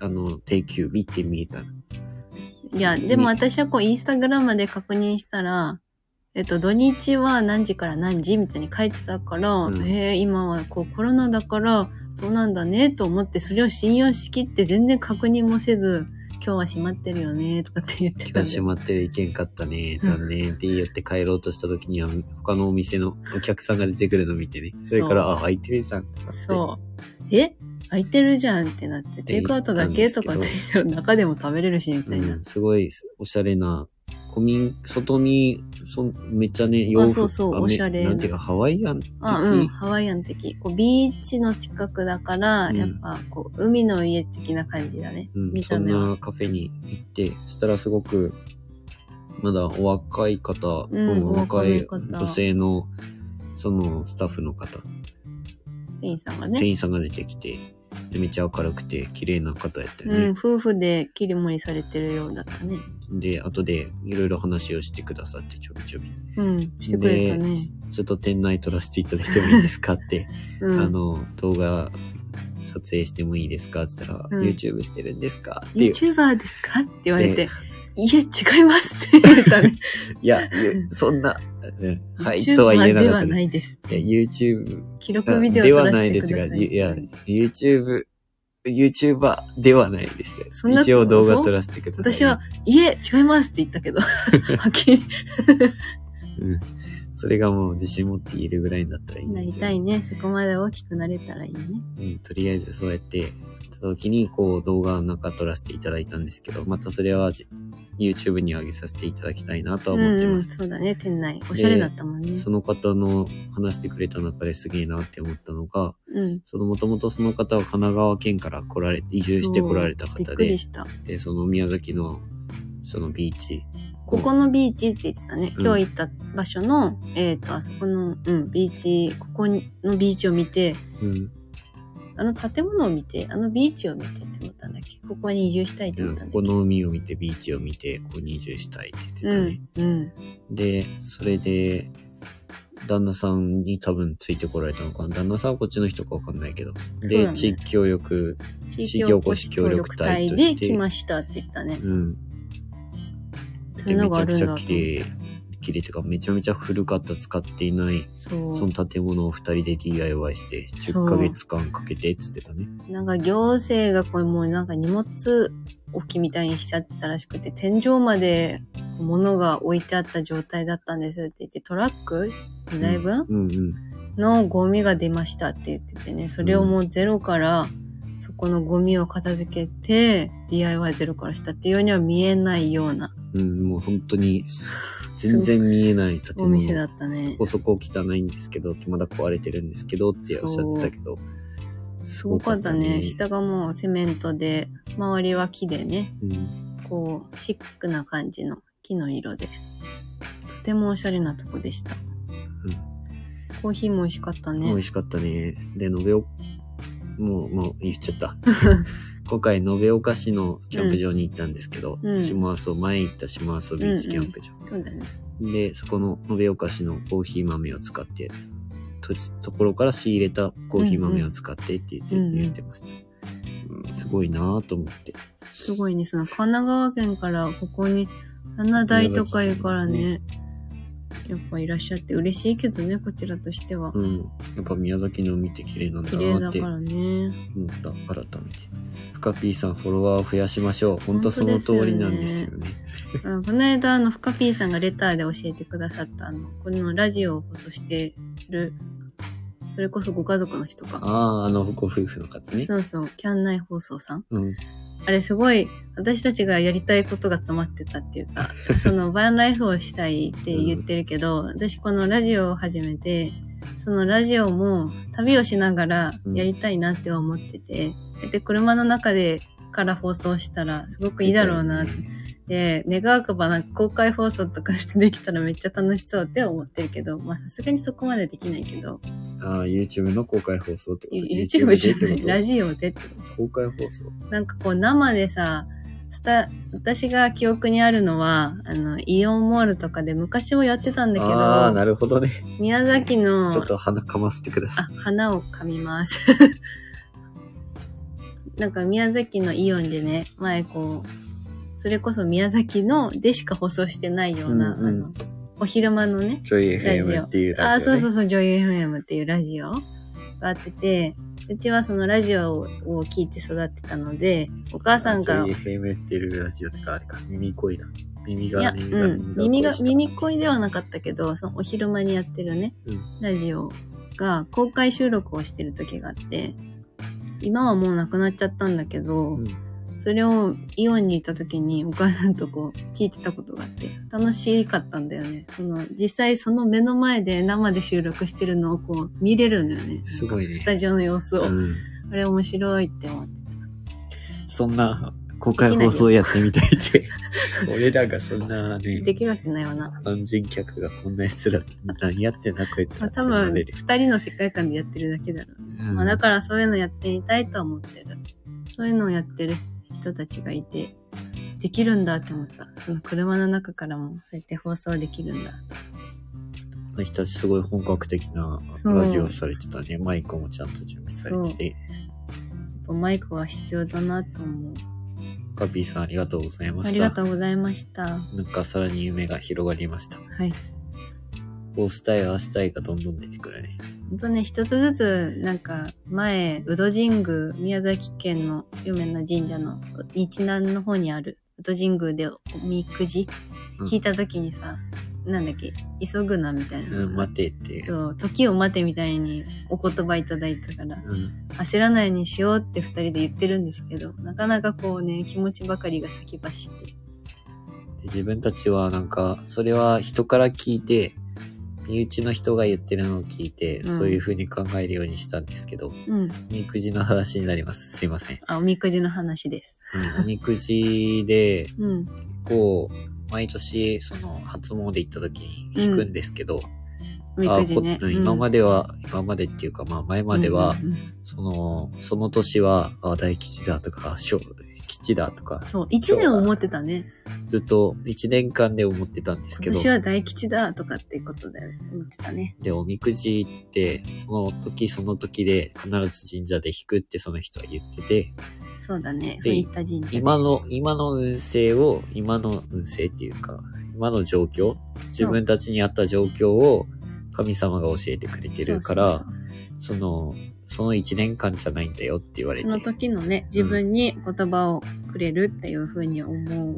B: あの、定休日って見えた。
A: いや、でも私はこう、インスタグラムで確認したら、えっと、土日は何時から何時みたいに書いてたから、
B: うん
A: へえ、今はこう、コロナだから、そうなんだね、と思って、それを信用しきって全然確認もせず、今日は閉まってるよね、とかって言ってた
B: 今
A: ん
B: 日
A: で
B: 閉まってるいけんかったね、残念って言って帰ろうとした時には、他のお店のお客さんが出てくるの見てね。それから、あ、空いてるじゃんってなって。
A: そう。え空いてるじゃんってなって、テイクアウトだけとかって言ったら中でも食べれるし、みたいな。
B: うん、すごいおしゃれな、古民、外見、そめっちゃね、洋服
A: あそうそう
B: がめ
A: おしゃれな
B: なんていうか、ハワイアン的。
A: あ、うん、ハワイアン的。こう、ビーチの近くだから、
B: うん
A: やっぱ、こう、海の家的な感じだね。
B: うん、
A: 見
B: そ
A: た
B: ん
A: 目は。
B: なカフェに行って、そしたらすごく、まだお若い方、
A: うん
B: うん
A: お若
B: 若
A: い
B: い
A: 方
B: 女性の、そのスタッフの方、
A: 店員さんが
B: 店
A: ね。
B: 員さんが出てきて、でめっちゃ明るくて、綺麗な方やったよね。
A: うん、夫婦で切り盛りされてるようだったね。
B: で、後でいろいろ話をしてくださって、ちょびちょび。
A: うん、してくれたね
B: で。ちょっと店内撮らせていただいてもいいですかって、
A: うん。
B: あの、動画撮影してもいいですかって言ったら、
A: うん
B: YouTube してるんですかっていう。
A: YouTuber ですかって言われて
B: で、
A: いや、違いますって言った ね。
B: いや、ゆそんな、うんはい、
A: YouTuber
B: とは言えな
A: で
B: かっ
A: は
B: た、
A: な
B: ね。
A: いです。
B: いや、YouTube
A: 記録ビデオ
B: で
A: 撮
B: は
A: ら
B: な
A: せ
B: い
A: て
B: で
A: く
B: す
A: だ
B: が、
A: さい。
B: ゆいや、YouTube、YouTuber ではないです。
A: そんな
B: 一応動画
A: そう
B: 撮らせてください。
A: 私は、いえ、違いますって言ったけ ど。はっきり
B: うん。それがもう自信持って言えるぐらいになったらいいん
A: な
B: で
A: り
B: すよ
A: たいね。そこまで大きくなれたらいいね。
B: うん、とりあえずそうやって、やった時に、こう、動画の中撮らせていただいたんですけど、またそれはじ YouTube に上げさせていただきたいなとは思って
A: うんう
B: ま
A: ん、
B: す。
A: そうだね、店内。おしゃれだったもんね。
B: その方の話してくれた中ですげえなって思ったのが、
A: うん。
B: そのもともとその方は神奈川県から来られ、移住して来られた
A: びっく
B: 方で
A: り、した。
B: で、その宮崎の、そのビーチ。
A: ここのビーチって言ってたね。
B: うん
A: 今日行った場所の、えっ、と、あそこの、うん、ビーチ、ここのビーチを見て、
B: うん、
A: あの建物を見て、あのビーチを見てって思ったんだっけここに移住したいと
B: う
A: 思っ
B: ん
A: たんだ
B: こ
A: っけ
B: の海を見て、ビーチを見て、ここに移住したいって言ってた
A: う
B: ね。
A: ん、うん。
B: で、それで、旦那さんに多分ついてこられたのかな。旦那さんはこっちの人かわかんないけど。
A: そう
B: で、
A: だね
B: 地域協力、
A: 地
B: 域おこし協力隊として
A: で来ましたって言ったね。
B: うん。
A: そうい
B: で、
A: うの
B: め
A: があ
B: ちゃ
A: る
B: く
A: ん
B: ち
A: だ
B: ゃ
A: と
B: 綺。麗、綺麗というか、めちゃめちゃ古かった使っていない、
A: そ
B: そうの。建物を二人で DIY して、
A: そう
B: 10ヶ月間かけてっつってたね。
A: なんか行政がこれもうなんか荷物置きみたいにしちゃってたらしくて、天井まで物が置いてあった状態だったんですって言って、トラック2台分、
B: うんうん。
A: のゴミが出ましたって言っててね、それをもうゼロから、そこのゴミを片付けて、DIY ゼロからしたっていうようには見えないような
B: うん、もう本当に、全然見えない建
A: お
B: 物。
A: 店だったね
B: そ。こそこ汚いんですけど、まだ壊れてるんですけどっておっしゃってたけど。
A: すごかったね。下がもうセメントで、周りは木でね、
B: うん
A: こう、シックな感じの木の色で。とてもおしゃれなとこでした。コーヒーも美味しかった
B: 美
A: ね
B: 味。しかったね。で、延岡、もう、もう言っち ゃった。今回、延岡市のキャンプ場に行ったんですけど、
A: うん
B: 島遊び、前行った島遊びーチキャンプ場。
A: そうだね。
B: で、そこの延岡市のコーヒー豆を使って、としところから仕入れたコーヒー豆を使ってって言って,、
A: うんうん
B: 言ってました。うんすごいなぁと思って。
A: すごいね、その神奈川県からここに7台とかいうからね、やっぱいらっしゃって嬉しいけどね、こちらとしては。
B: うん。やっぱ宮崎の海って綺麗なんだ
A: 綺麗
B: な
A: だ
B: って
A: からね。
B: 思った、改めて。ふかぴーさん、フォロワーを増やしましょう。ほんとその通りなんですよね。
A: あのこの間、あの、フカピーさんがレターで教えてくださった、あの、このラジオを放送してる、それこそご家族の人か。
B: ああ、あの、ご夫婦の方ね。
A: そうそう、キャンナイ放送さん。
B: うん。
A: あれすごい、私たちがやりたいことが詰まってたっていうか、そのバンライフをしたいって言ってるけど、私このラジオを始めて、そのラジオも旅をしながらやりたいなって思ってて、で、車の中でから放送したらすごくいいだろうなって、願わくばなんか公開放送とかしてできたらめっちゃ楽しそうって思ってるけど、まあさすがにそこまでできないけど、
B: ああ、YouTube の公開放送ってこと
A: YouTube じゃ
B: で
A: な
B: って
A: い、
B: こ
A: ラジオでってこと
B: と公開放送。
A: なんかこう生でさ、伝私が記憶にあるのは、あの、イオンモールとかで昔もやってたんだ
B: ああ、
A: け
B: な
A: ど、
B: るほどね。
A: 宮崎
B: ち
A: の
B: ょっ、と鼻かませてください。
A: あ、花を噛みます。 なんか宮崎のイオンでね、前こう、それこそ宮崎のでしか放送してないような、
B: うんうん
A: あの、お昼間のね、
B: ちょい
A: ラジオ
B: FM っていうラジオ、ね。
A: あ、そうそうそう、女優 FM っていうラジオがあってて、うちはそのラジオを聞いて育ってたので、お母さんが
B: ちょい FM っていうラジオとか、あれか、耳恋だ。耳
A: いや、
B: が、
A: う
B: 耳が、
A: ん、耳が、
B: 耳が
A: 耳恋ではなかったけど、そのお昼間にやってるね、
B: うん
A: ラジオが公開収録をしてる時があって、今はもうなくなっちゃったんだけど、
B: うん
A: それをイオンに行った時にお母さんとこう聞いてたことがあって、楽しかったんだよね。その、実際その目の前で生で収録してるのをこう見れるんだよね。
B: すごいね
A: スタジオの様子を。
B: うん
A: あれ面白いって思って。
B: そんな公開放送やってみたいって。 俺らがそんな
A: で
B: ね、
A: きるわけないよな。
B: 安全客がこんなやつら、何やってんな、こいつ
A: まあ
B: らって
A: 多
B: 思わ
A: 分、
B: れる。
A: 二人の世界観でやってるだけだろう
B: うん
A: まあ、だからそういうのやってみたいとは思ってる。そういうのをやってる人たちがいて、できるんだって思った。その車の中からもそうやって放送できるんだ。
B: あの人たちすごい本格的な
A: そう
B: ラジオされてたね。マイクもちゃんと準備されてて。
A: やっぱマイクは必要だなと思う。
B: カピーさんありがとうございました。
A: ありがとうございました。
B: なんかさらに夢が広がりました。
A: はい。
B: こうしたい、ああしたいがどんどん出てくるね。
A: ほんとね、一つずつ、なんか、前、宇都神宮、宮崎県の有名な神社の日南の方にある宇都神宮でおみくじ
B: うん
A: 引いた時にさ、なんだっけ、急ぐなみたいなのがあ
B: う
A: って。
B: ん、待てって。
A: そう、時を待てみたいにお言葉いただいたから、
B: うん。
A: 焦らないようにしようって二人で言ってるんですけど、なかなかこうね、気持ちばかりが先走って。
B: で自分たちはなんか、それは人から聞いて、身内の人が言ってるのを聞いて、
A: うん
B: そういう風に考えるようにしたんですけど、
A: うん。
B: おみくじの話になります。すいません。
A: あ、おみくじの話です。
B: うん、おみくじで、
A: うん。
B: こう、毎年、その、初詣行った時に引くんですけど、
A: おみ
B: あ
A: くじね。
B: こ今ま
A: で
B: では、今までっていうか、まあ前までは、
A: うんうんうん
B: その、その年は、あ大吉だとか、小吉だとか、
A: そう、一年思ってたね。
B: ずっと1年間で思ってたんですけ
A: 今
B: ど
A: 年、は大吉だとかっていうことだよね。思ってたね。
B: で、おみくじって、その時その時で必ず神社で引くってその人は言ってて、
A: そうだね。そういった神社で。
B: 今の、今の運勢を、今の運勢っていうか、今の状況、自分たちに合った状況を神様が教えてくれてるから、
A: そうそう
B: その、その1年間じゃないんだよって言わ
A: そう
B: れ
A: そ
B: て。
A: の時のね、自分に言葉をくれるっていうふうに思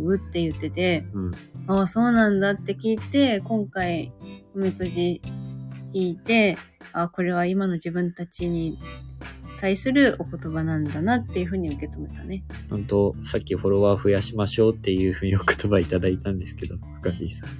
A: うって言ってて、
B: うん。
A: ああ、そうなんだって聞いて、今回、おみくじ引いて、ああ、これは今の自分たちに対するお言葉なんだなっていうふうに受け止めたね。
B: 本当さっきフォロワー増やしましょうっていうふうにお言葉いただいたんですけど、深ーさん。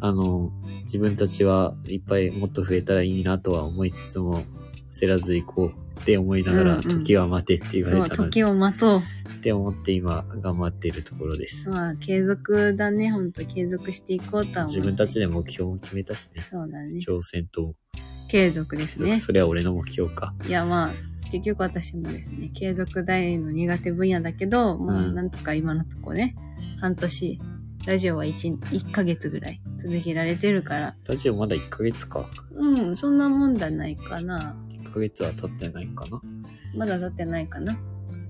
B: あの、自分たちはいっぱいもっと増えたらいいなとは思いつつも、焦らず行こうって思いなが
A: う
B: ら、
A: んうん
B: 時は待てって言
A: そ
B: わ
A: う、
B: れたの
A: 時
B: で、
A: を待と
B: って思って今頑張っているところです
A: う。。まあ、継続だね、ほんと継続していこうとは思う。
B: 自分たちで目標も決めたしね。
A: そうだね。
B: 挑戦と
A: 継続で
B: 継
A: す
B: 続、
A: ね。
B: それは俺の目標か。
A: いや、まあ、結局私もですね、継続大の苦手分野だけど、まあ、
B: うん
A: なんとか今のとこね、半年、ラジオは 1, 1ヶ月ぐらい続けられてるから、
B: ラジオまだ1ヶ月か。
A: うん、そんなもんだないかな。
B: 1ヶ月は経ってないかな。
A: まだ経ってないかな。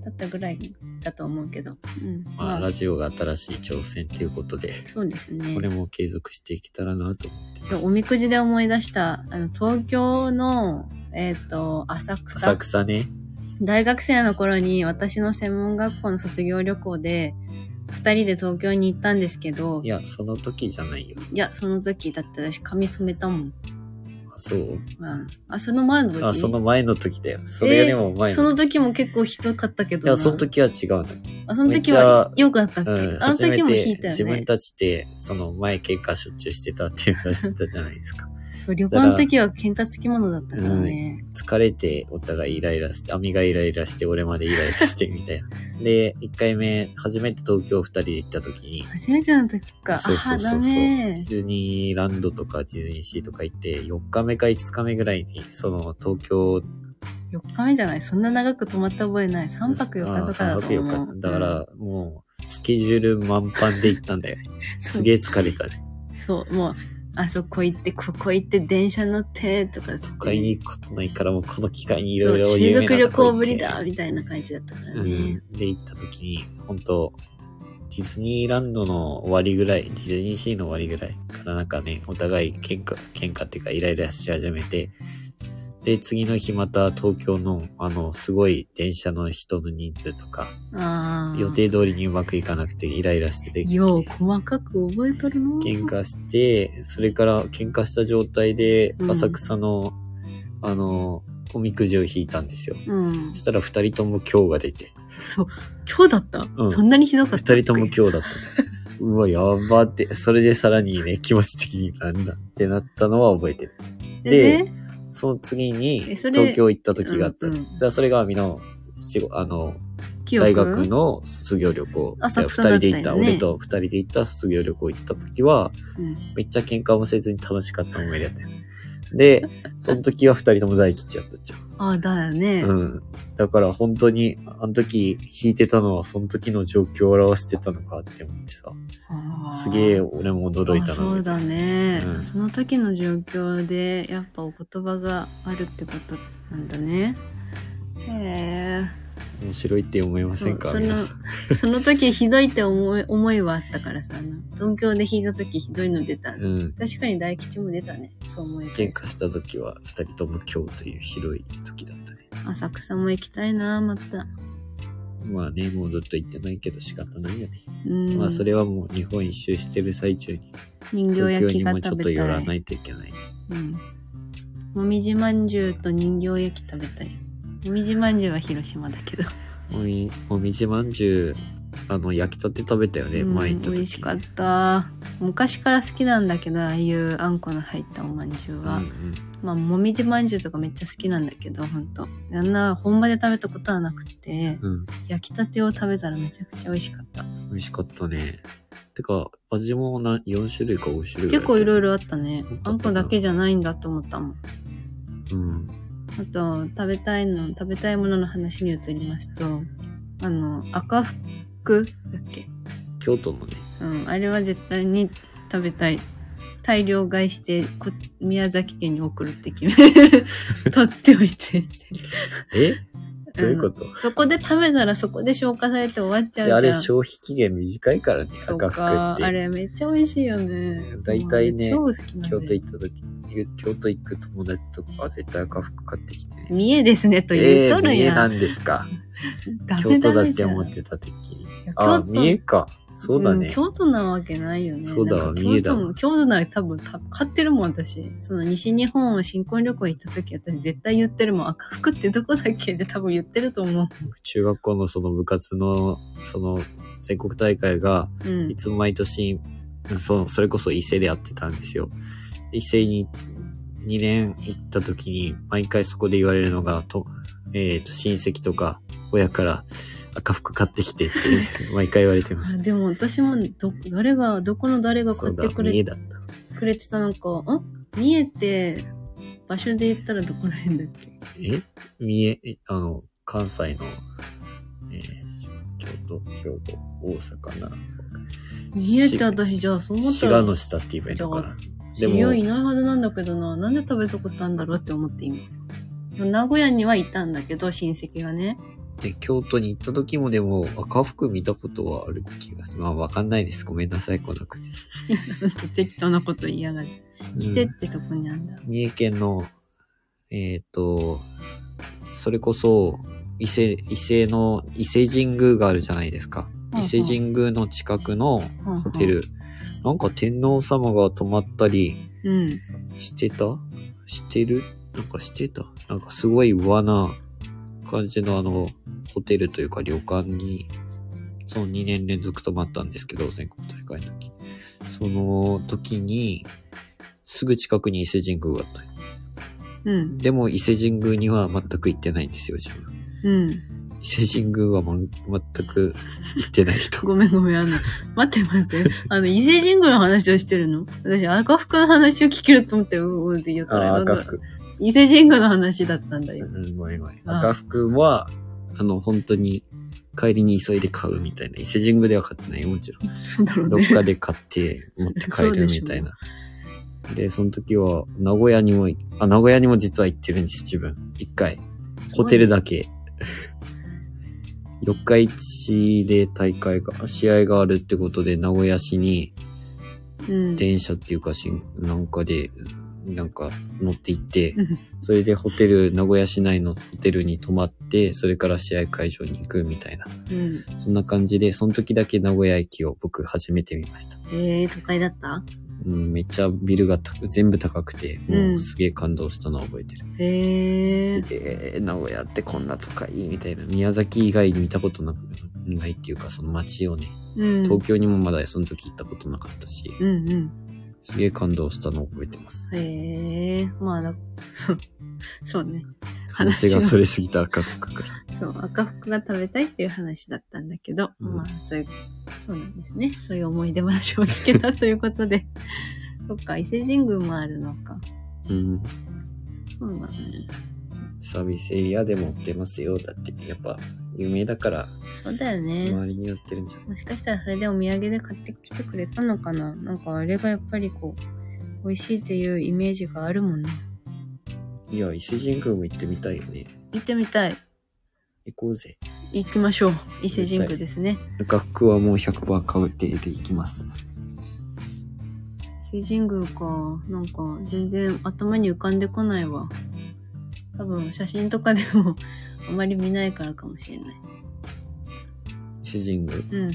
A: 経ったぐらいだと思うけど。うん。
B: まあ、ラジオが新しい挑戦ということで、
A: そうですね。
B: これも継続していけたらなと。
A: そうおみくじで思い出した、あの、東京の、えっ、と、浅草。
B: 浅草ね。
A: 大学生の頃に私の専門学校の卒業旅行で、二人で東京に行ったんですけど、
B: いや、その時じゃないよ。
A: いや、その時だって私髪染めたもん。
B: あ、そう
A: うん、あ、その前の時
B: あ、その前の時だよ。それよりも前
A: そ
B: の。
A: の時も結構ひどかったけど
B: い
A: な。
B: や、その時は違うのよ。
A: あ、その時
B: めっちゃ
A: は良かったっけ、
B: うん。
A: あの時も
B: 初めて
A: 引いたよ
B: 自分
A: ね。
B: たちで、その前喧嘩しょっちゅうしてたっていう話してたじゃないですか。
A: そう、旅行の時は喧嘩つきものだったからね。
B: 疲れて、お互いイライラして、網がイライラして、俺までイライラして、み たいな。で、1回目、初めて東京2人で行った時に、
A: 初めての時か。
B: そうそうそうそう
A: あ、だ
B: ディ
A: ね。
B: ズニーランドとかディズニーシーとか行って、4日目か5日目ぐらいに、その東京、
A: 4日目じゃないそんな長く泊まった覚えない。3泊4日とかだ
B: あ
A: と
B: 三泊
A: 思
B: 四
A: う。
B: 日だから、もう、スケジュール満帆で行ったんだよ。すげえ疲れたね。
A: そう、もう、あそこ行って、ここ行って、電車乗って、とかって。
B: 買いに行くことないから、もうこの機会にい
A: そ
B: ろ
A: う
B: いろ
A: 修
B: 有名
A: 学
B: な
A: 旅
B: とこ
A: 行
B: 行っ
A: ぶ
B: て
A: りだ、みたいな感じだったから
B: う
A: ね。
B: ん。で、行った時に、本当ディズニーランドの終わりぐらい、ディズニーシーの終わりぐらいからなんかね、お互い喧嘩、喧嘩っていうかイライラし始めて、で、次の日また東京の、あの、すごい電車の人の人数とか、
A: ああ。
B: 予定通りにうまくいかなくてイライラしてて、
A: よう、細かく覚えとるの
B: 喧嘩して、それから喧嘩した状態で、
A: うん
B: 浅草の、あの、おみくじを引いたんですよ。
A: うん
B: そ。したら二人とも今日が出て、
A: そう。今日だった、
B: うん
A: そんなにひどかった
B: 二人とも今日だった。うわ、やばって、それでさらにね、気持ち的になんだってなったのは覚えてる。
A: で
B: で
A: ね
B: その次に、
A: えそれ
B: 東京行った時があった。
A: うんう
B: だ
A: ん
B: からそれがみんなの、しごあの、
A: 記憶
B: 大学の卒業旅行。
A: 浅草
B: 二人で行っ
A: だ
B: た、
A: ったよね
B: 俺と二人で行った卒業旅行行った時は、
A: うん
B: めっちゃ喧嘩もせずに楽しかった思い出だったよ。 で、その時は二人とも大吉やったじゃん。
A: ああ、だよね。
B: うん。だから本当に、あの時弾いてたのは、その時の状況を表してたのかって思ってさ、
A: あー
B: すげえ俺も驚いた
A: あそ
B: な
A: う。だね、
B: うん
A: その時の状況でやっぱお言葉があるってことなんだねへ
B: 面白いって思いませんか
A: そう
B: 皆さん。
A: えその時ひどいって思い思いはあったからさあの東京で弾いた時ひどいの出た、
B: うん。
A: 確かに大吉も出たねそう思え
B: 喧
A: て
B: 嘩した時は、二人とも今日という広い時だったね。
A: 浅草も行きたいなまた
B: まあね、もうずっと行ってないけど仕方ないよね。
A: うん
B: まあそれはもう日本一周してる最中に、
A: 人形
B: 東京
A: 焼き
B: に
A: が
B: もちょ
A: 食
B: っと
A: べ
B: 寄
A: た
B: らないいといけない。
A: うんもみじまんじゅうと人形焼き食べたいもみじまんじゅうは広島だけど
B: もみ、もみじまんじゅう、あの、焼きたて食べたよね、
A: うん
B: 前行った時。
A: 美味しかった昔から好きなんだけどああいうあんこの入ったおまんじゅうは、
B: うんうん
A: まあもみじまんじゅうとかめっちゃ好きなんだけどほんとあんな本場で食べたことはなくて
B: うん。
A: 焼きたてを食べたらめちゃくちゃ美味しかった
B: 美味しかったね。てか、味もな4種類か5種類ぐら
A: 結構いろいろあ
B: あっ
A: ったね
B: 本当
A: あんこだけじゃないんだと思ったもん
B: た。うん。
A: あと食べたいの食べたいものの話に移りますとあの赤福だっけ
B: 京都のね、
A: うんあれは絶対に食べたい大量買いしてこ宮崎県に送るって決め 取っておいてって
B: えどういうこと
A: そこで食べたらそこで消化されて終わっちゃ
B: いやあ
A: うじ
B: れ
A: ゃん
B: 消費期限短いからね、
A: そう
B: 赤服
A: か
B: って。
A: あれめっちゃ美味しいよね
B: 大体ね
A: もう超好きなん
B: 京都
A: で
B: 行った時、京都行く友達とか絶対赤服買ってきてね。
A: 三重ですねと言うとる
B: えー三重な
A: やん、
B: んですか。
A: ダメ
B: 京
A: ダ
B: 都だっ
A: メじ
B: て
A: ゃん
B: 思ってた時に。
A: いや
B: あ、
A: 京都
B: 三重か。そうだ
A: ん
B: ね。
A: 京都なわけないよね。
B: そうだわ
A: なんか
B: 三重だわ
A: 京都も京都なら多分た買ってるもん、私。その西日本を新婚旅行行った時、私絶対言ってるもん。赤服ってどこだっけって多分言ってると思う。
B: 中学校のその部活の、その、全国大会が、
A: うん
B: い。つも毎年、そそれこそ伊勢でやってたんですよ。伊勢に2年行った時に、毎回そこで言われるのが、とえーと親戚とか親から赤服買ってきてって 毎回言われてま
A: あ
B: した。
A: でも私もど、誰が、どこの誰が買って
B: そう
A: く
B: だ三
A: れ
B: 重だっ
A: くれてたのか、ん三重って、場所で言ったらどこら辺だっけ
B: た。え三重、えあの、関西の、えー京都、兵庫、大阪な。
A: 三重って私じゃあそう思った
B: 滋賀
A: ら、
B: の下って言えばいいのかな。
A: 知り合いいないはずなんだけどな、なんで食べたことあるんだろうって思って今。名古屋にはいたんだけど、親戚がね。
B: で、京都に行った時もでも赤服見たことはある気がする。まあわかんないです。ごめんなさい、来なくて。
A: 適当なこと言いやがる。
B: うん
A: 着せってとこにあんだ。
B: 三重県の、えっ、と、それこそ、伊勢、伊勢の、伊勢神宮があるじゃないですか。伊勢神宮の近くのホ
A: ホ
B: テ。ル。なんか天皇様が泊まったり
A: うん。
B: してたしてるなんかしてたなんかすごい和な感じのあの、ホテルというか旅館に、その2年連続泊まったんですけど、全国大会の時。その時に、すぐ近くに伊勢神宮があった。
A: うん。
B: でも伊勢神宮には全く行ってないんですよ、自分。
A: うん。
B: 伊勢神宮はまん全く行ってない 人。
A: ごめんごめん、あの、待って待って。あの、伊勢神宮の話をしてるの私、赤福の話を聞けると思って、うんうんって言ったら、なんか
B: 服。
A: 伊勢神宮の話だったんだ
B: う
A: よ。
B: ん、ごめんごめん。
A: あ
B: 赤服は、あの、本当に帰りに急いで買うみたいな。伊勢神宮では買ってないよ、もちろん。
A: そうだろう
B: どっ
A: ね。
B: かで買って持って帰るみたいな。で、その時は、名古屋にも、あ、名古屋にも実は行ってるんです、自分。一回。ホテルだけ。四日市で大会が、試合があるってことで、名古屋市に、
A: うん。
B: 電車っていうか新なんかでなんか乗って行って
A: うん
B: それでホテル名古屋市内のホテルに泊まってそれから試合会場に行くみたいな
A: うん。
B: そんな感じでその時だけ名古屋駅を僕初めて見ました、
A: えー、都会だった
B: うん、めっちゃビルが高く全部高くて
A: う
B: も
A: ん
B: うすげえ感動したのを覚えてる、
A: へえー。
B: えー名古屋ってこんな都会みたいな宮崎以外に見たことなくないっていうかその街をね
A: うん。
B: 東京にもまだその時行ったことなかったし
A: うんうん。
B: すげえ感動したのを覚えてます
A: へえー。まあ、 だそうね。話
B: 話が
A: が
B: それすぎた赤服から
A: そう、赤服が食べたいっていう話だったんだけど、
B: うん
A: まあ、そういう、そうなんですね。そういう思い出話を聞けたということで。 そっか、伊勢神宮もあるのか。
B: うん。
A: そうだね。
B: サービスエリアでも売ってますよ。だって、やっぱ、有名だから、
A: そうだよね。
B: 周りに売ってるんじゃない
A: もしかしたらそれでお土産で買ってきてくれたのかななんかあれがやっぱりこう、美味しいっていうイメージがあるもんね。
B: いや、伊勢神宮も行ってみたいよね。
A: 行ってみたい。
B: 行こうぜ。
A: 行きましょう。伊勢神宮ですね。
B: 学区はもう100%買うてで行きます。
A: 伊勢神宮か。なんか全然頭に浮かんでこないわ。多分写真とかでもあまり見ないからかもしれない。
B: 伊勢神宮、
A: うん。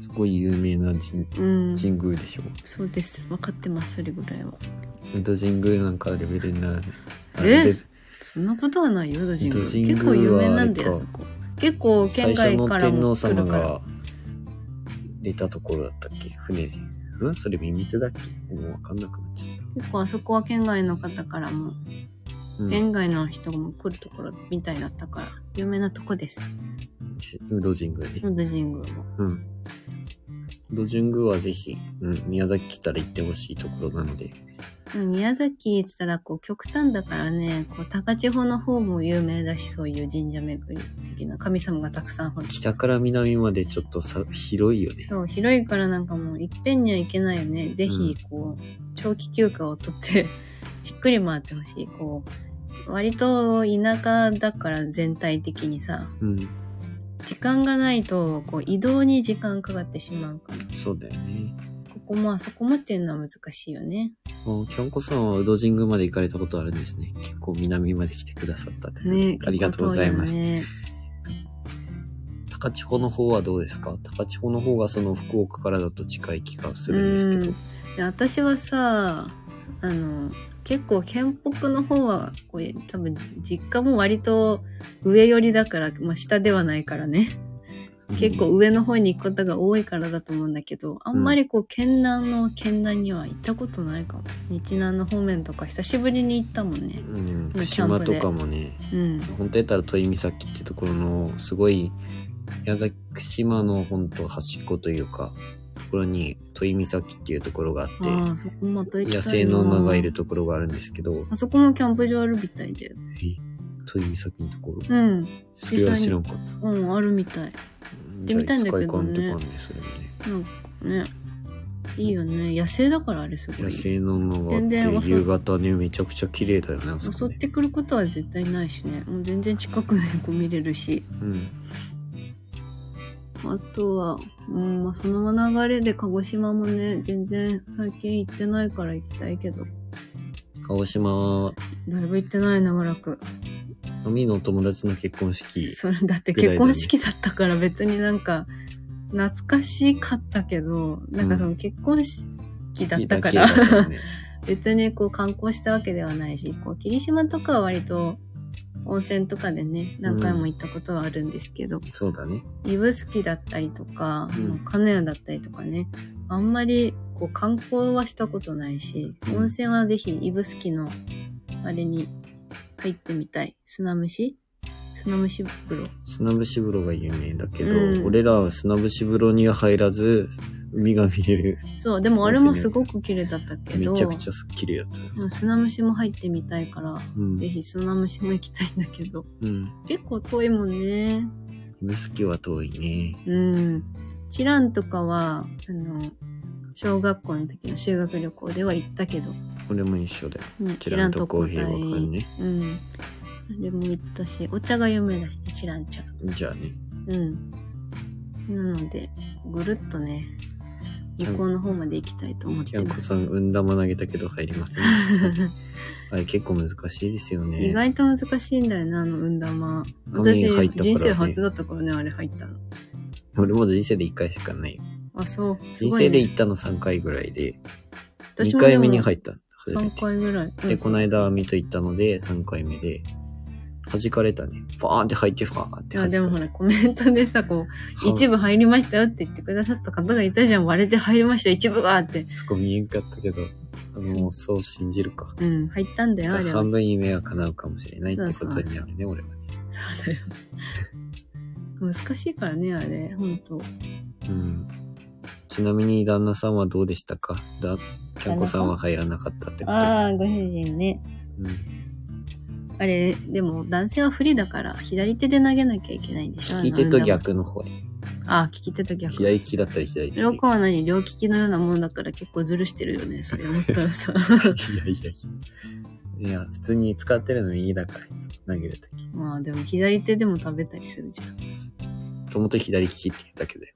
B: すごい有名な神
A: うん。
B: 神宮でしょ。
A: そうです。分かってます、それぐらいは。
B: 江戸神宮なんかレベルにならない。あ
A: え
B: れで
A: そんなことはないよ、江戸神宮。
B: 江戸神宮
A: 結
B: は
A: 構有名なんだよ、
B: あれ
A: そ
B: か
A: こ。結構県外からも来
B: 最初の天
A: る
B: 皇様
A: から。
B: が出たところだったっけ船で。うんそれ秘密だっけもうわかんなくなっちゃっ
A: 結構あそこは県外の方からも、
B: た。うん
A: 県外の人も来るところみたいだったから、有名なとこです。
B: うど神宮ね。
A: 江戸神宮も。
B: うん。うど神宮はぜひ、うん、宮崎来たら行ってほしいところなので。
A: うん宮崎って言ったら、こう、極端だからね、こう、高千穂の方も有名だし、そういう神社巡り的な神様がたくさんほら。
B: 北から南までちょっとさ、広いよね。
A: そう、広いからなんかもう、いっぺんには行けないよね。ぜひ、こう、長期休暇を取って、 じっくり回ってほしい。こう、割と田舎だから全体的にさ、
B: うん。
A: 時間がないと、こう、移動に時間かかってしまうから。
B: そうだよね。
A: ここもあそこもっていうのは難しいよね。
B: もう、きょんこさんはうど神宮まで行かれたことあるんですね。結構南まで来てくださったって
A: ね
B: ありがとうございます。
A: 結
B: 高千穂の方はどうですか高千穂の方がその福岡からだと近い気がす
A: 構遠いよね
B: るんですけど。
A: うんで私はさ、あの、結構県北の方は、こう多分実家も割と上寄りだから、まあ下ではないからね。
B: うん
A: 結構上の方に行くことが多いからだと思うんだけど、あんまりこう県南の県南には行ったことないかも。日南の方面とか久しぶりに行ったもんね。
B: うん、
A: キャンプで
B: 福島とかもね、
A: うん。
B: 本当やったら鳥岬ってところのすごい宮崎島の本当端っこというかところに鳥岬っていうところがあっ
A: ああ、そこまた
B: て
A: 行きたいな
B: 野生の馬がいるところがあるんですけど
A: あそこもキャンプ場あるみたいだよ。
B: え鳥岬のところ
A: うん。
B: それは知らんかった
A: うん、あるみたい。
B: 行
A: ってみたいんだけどね
B: とかんですよね
A: なんかね。いいよね。野生だからあれすご
B: 野
A: い。
B: 生の馬があっ
A: 全然
B: て、
A: 襲
B: 夕方ね、めちゃくちゃ綺麗だよね、あそ
A: 襲
B: こ
A: っ
B: ね。
A: てくることは絶対ないしね。もう全然近くでこう見れるし。
B: うん。
A: あとは、うん、まあ、その流れで鹿児島もね、全然最近行ってないから行きたいけど、
B: 鹿児島、
A: だいぶ行ってない長らく。
B: 海のお友達の結婚式。
A: それだって
B: ぐらいだ
A: 結婚式
B: ね
A: だったから別になんか、懐かしかったけど、なんかその結婚式だったから、
B: だった よね
A: 別にこう観光したわけではないし、こう霧島とかは割と温泉とかでね、何回も行ったことはあるんですけど、
B: そうだね。
A: 指宿だったりとか、
B: うん
A: まあ鹿屋だったりとかねあんまりこう観光はしたことないし、
B: うん
A: 温泉はぜひ指宿のあれに入ってみたい砂虫砂虫風呂
B: 砂節風呂が有名だけど、
A: うん
B: 俺らは砂節風呂には入らず、海が見える。
A: そうでもあれもすごく綺麗だったけ
B: め
A: ど
B: ちゃくちゃすっきりだったよ
A: もう砂虫も入ってみたいから、
B: うん
A: ぜ。ひ砂虫も行きたいんだけど
B: うん。
A: 結構遠いもんね
B: 指宿は遠いね。
A: うんチランとかはあの小学校の時の修学旅行では行ったけど
B: 俺も一緒だよ。
A: うん
B: チランとコーヒーは
A: チラン特攻
B: か
A: 隊
B: んね。
A: うん。あれも行ったし、お茶が有名だし、チラン茶が。
B: じゃあね。
A: うん。なので、ぐるっとね、
B: キャン
A: 向こうの方まで行きたいと思っ
B: キ
A: て
B: ャン
A: ま
B: コ
A: す。
B: さん、運玉投げたけど入りませんでした。 あれ結構難しいですよね。
A: 意外と難しいんだよな、あの運玉。
B: 海
A: 私、
B: に入ったからね
A: 人生初だったからね、あれ入ったの。
B: 俺も人生で1回しかないよ。
A: あ、そう。す
B: 人
A: ごい
B: 生
A: ね
B: で行ったの3回ぐらいで、
A: 私
B: 2
A: もで
B: 回
A: も
B: 目に入った。初め
A: 3
B: て。
A: 回ぐらい。う
B: で、
A: ん
B: この間網と行ったので、3回目で、弾かれたね。ファーンって入って、ファーンって
A: あ
B: 弾か
A: で
B: れ
A: もほら、コメントでさ、こう、
B: は
A: 一部入りましたよって言ってくださった方がいたじゃん。割れて入りました、一部がって。
B: すごい見えんかったけど、あ
A: そう
B: の、もうそう信じるか。
A: うん、入ったんだ
B: じ
A: よ、
B: ゃ
A: あ
B: あ
A: れは
B: 半。分夢は叶うかもしれないってこと
A: そうそう
B: になるね、俺はね。
A: そうだよ。難しいからね、あれ、ほん と。
B: うん。ちなみに旦那さんはどうでしたかだ、キャンコさんは入らなかったってこと。
A: ああ、ご主人ね。
B: うん。
A: あれ、でも男性は不利だから、左手で投げなきゃいけないんでしょ
B: 利き手と。
A: あの
B: 逆の方へ。
A: 運動あー、利き手と逆。
B: 左利きだったら 左利き。
A: 両方は何両利きのようなもんだから結構ずるしてるよね、それ思ったらさ。
B: いやいやいや。いや、普通に使ってるの右だから、いつも投げるとき。
A: まあでも左手でも食べたりするじゃん。
B: もともと左利きって言ったけど。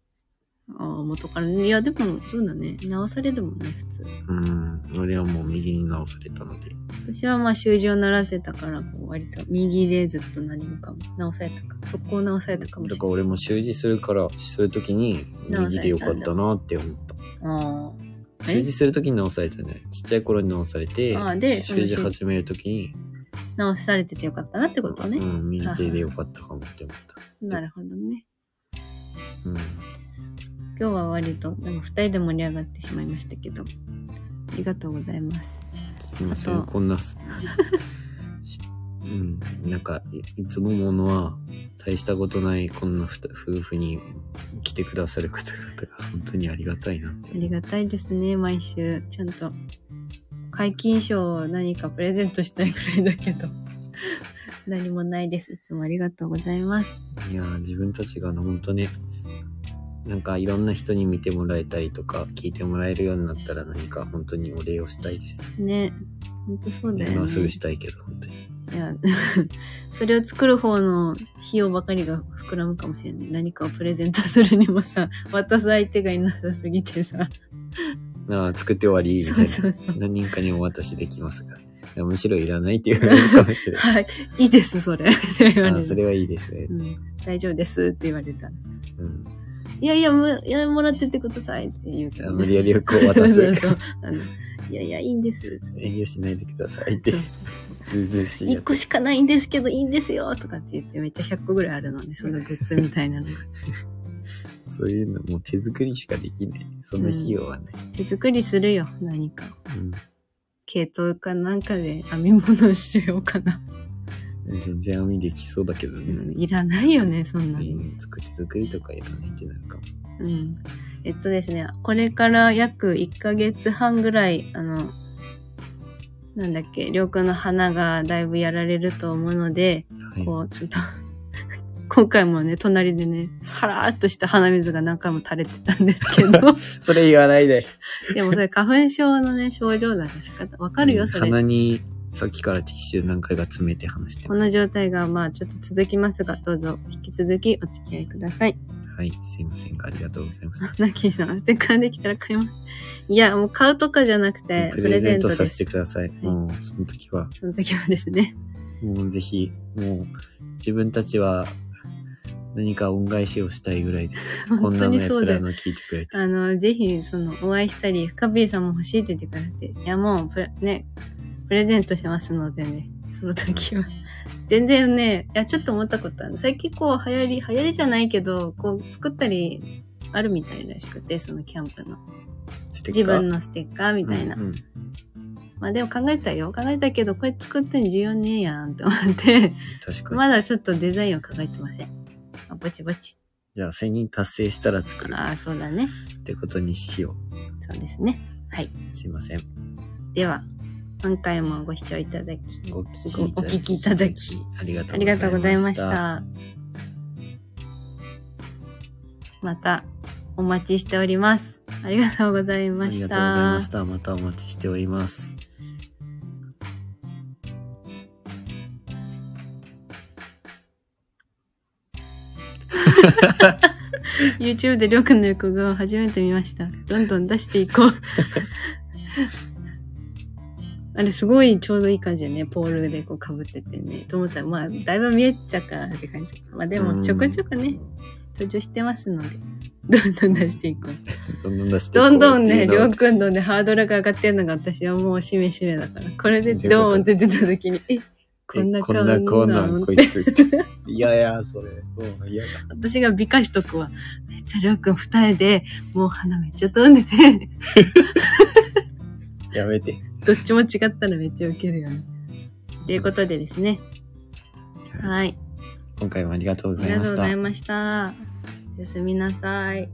A: ああ、元からね。いや、でも、そうだね。直されるもんね、普通。
B: うん。俺はもう右に直されたので。
A: 私はまあ、習字を習ってたから、こう割と右でずっと何もかも直されたか、速攻直されたかもし
B: だ
A: れ
B: か
A: ない。
B: ら俺も習字するから、するときに右でよかったなって思った。
A: ああ。え
B: 習字するときに直されたね。ちっちゃい頃に直されて
A: あで、
B: 習字始めるときに、
A: 直されててよかったなってこと
B: う
A: ね。
B: ん、右手でよかったかもって思った。
A: なるほどね。
B: うん。
A: 今日は割と、なんか二人で盛り上がってしまいましたけど、ありがとうございます。
B: すいませ
A: あ
B: ん、
A: と
B: こんなす。うん、なんかいいつもものは大したことないこんなふた夫婦に来てくださる方々が本当にありがたいなって
A: ありがたいですね、毎週。ちゃんと、解禁賞を何かプレゼントしたいくらいだけど、 何もないです。いつもありがとうございます。
B: いやー自分たちがあの本当ねなんかいろんな人に見てもらえたりとか聞いてもらえるようになったら何か本当にお礼をしたいです、
A: ね。ほんとそうだよね。
B: 今すぐしたいけど本当に
A: いや、 それを作る方の費用ばかりが膨らむかもしれない。何かをプレゼントするにもさ、渡す相手がいなさすぎてさ。
B: ああ作って終わりみ
A: そ
B: た
A: う
B: いな
A: そうそう。
B: 何人かにお渡しできますがいやむしろいらないって言われるかもしれない
A: はい、いいです、それ。 って言わ
B: あ
A: れ
B: ーそ
A: る。
B: れはいいですね
A: う、ん、大丈夫ですって言われた。
B: うん
A: いやいや、むいやもらってってくださいって言うけど、
B: 無理やり欲を渡
A: そう
B: す。
A: そうあのいやいや、いいんですっつって。
B: 遠慮しないでくださいって、ずうずうしいや
A: 1個しかないんですけど、いいんですよとかって言って、めっちゃ100個ぐらいあるのね、そのグッズみたいなのが。
B: つ。そういうのもう手作りしかできない。その費用はね。
A: 手作りするよ、何か。
B: うん
A: 系統かなんかで編み物しようかな。
B: 全然網できそうだけど
A: う
B: ね。
A: んいらないよね、そんな
B: う
A: の。
B: ん、作手作りとかいらないってなるかも。
A: うん。えっとですね、これから約1ヶ月半ぐらい、あの、なんだっけ、りょうくんの花がだいぶやられると思うので、
B: はい。
A: こう、ちょっと、今回もね、隣でね、さらーっとした鼻水が何回も垂れてたんですけ ど、
B: それ言わないで。
A: でもそれ花粉症のね、症状だから仕方、わかる
B: う
A: よ、
B: ん
A: それ。
B: 鼻に、さっきからティッシュ何回か詰めて話して
A: こ
B: ます。
A: の状態がまあちょっと続きますが、どうぞ引き続きお付き合いください。
B: はい、すいませんが、ありがとうございました。
A: ナッキーさん、ステッカーできたら買います。いや、もう買うとかじゃなくて、
B: プ
A: プ
B: レ
A: レ
B: ゼ
A: ゼ
B: ン
A: ン
B: ト
A: ト
B: さ
A: で
B: せ
A: す。
B: てください。もう、その時は、
A: その時はですね。
B: もうぜひ、もう、自分たちは、何か恩返しをしたいぐらいです。こ
A: 本
B: ん
A: 当
B: なの
A: にそうだ
B: 奴ら
A: よ。
B: の聞いてくれ て。
A: あの、ぜひ、その、お会いしたり、深 P さんも欲しいって言ってくれて、いや、もう、プレ、ね、プレゼントしますのでね、その時は。 全然ね、いや、ちょっと思ったことある。最近こう、流行り、流行りじゃないけど、こう、作ったり、あるみたいらしくて、そのキャンプの。
B: ステ
A: 自
B: ッカー
A: 分のステッカーみたいな。
B: うんうん
A: まあでも考えたよ。考えたけど、これ作ってん需要ねえやんって思って、
B: 確かに。
A: まだちょっとデザインを考えてません。あぼちぼち。
B: じゃあ、1000人達成したら作る
A: ああ、そうだね。
B: ってことにしよ
A: そうですね。はい。
B: う。すいません。
A: では、今回もご視聴いただき、
B: ご聞
A: ごお聞きいただき、
B: ありがと
A: ありがとう
B: うご
A: ご
B: ざ
A: ざ
B: い
A: い
B: ま
A: ま
B: し。
A: したた。また、お待ちしております。ありがとうござい
B: あ
A: ま
B: り
A: し
B: がとうござい
A: た
B: まし。た。またお待ちしております。
A: YouTube でりょうくんの横顔を初めて見ました。どんどん出していこう。 あれすごいちょうどいい感じでね、ポールでこう被っててね。と思ったら、まあ、だいぶ見えてたからって感じ。まあで
B: うん
A: も、ちょこちょこね、登場してますので、どんどん出していこう。
B: どんどん出していこ
A: ど
B: うっ
A: ん
B: ていうの
A: どん ね、りょうくん
B: の。
A: のね、ハードルが上がってるのが私はもうしめしめだから。これでドーンって出た時に、え、こんな
B: こ
A: 顔
B: んなこんなん
A: ん
B: こいつ。いやいや、それ。もう嫌だ。
A: 私が美化しとくわ。めっちゃりょうくん二重で、もう鼻めっちゃ飛んで て、
B: やめて。
A: どっちも違ったらめっちゃウケるよね。ということでですね。はい。
B: 今回もありがとうご
A: あ
B: ざ
A: りが
B: いま
A: とう
B: し
A: ご
B: た
A: ざい。ました。おやすみなさい。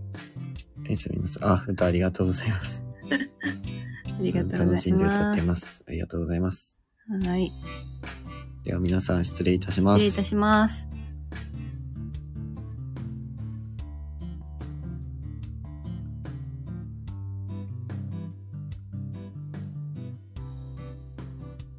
B: おやすみなさい。あ、歌ありがとうございます。
A: ありがとうご
B: 楽
A: ざ
B: し
A: い
B: んで歌っ
A: ま
B: て
A: す。
B: ます。ありがとうございます。
A: はい。
B: では皆さん失礼いたしま
A: 失
B: す。
A: 礼いたします。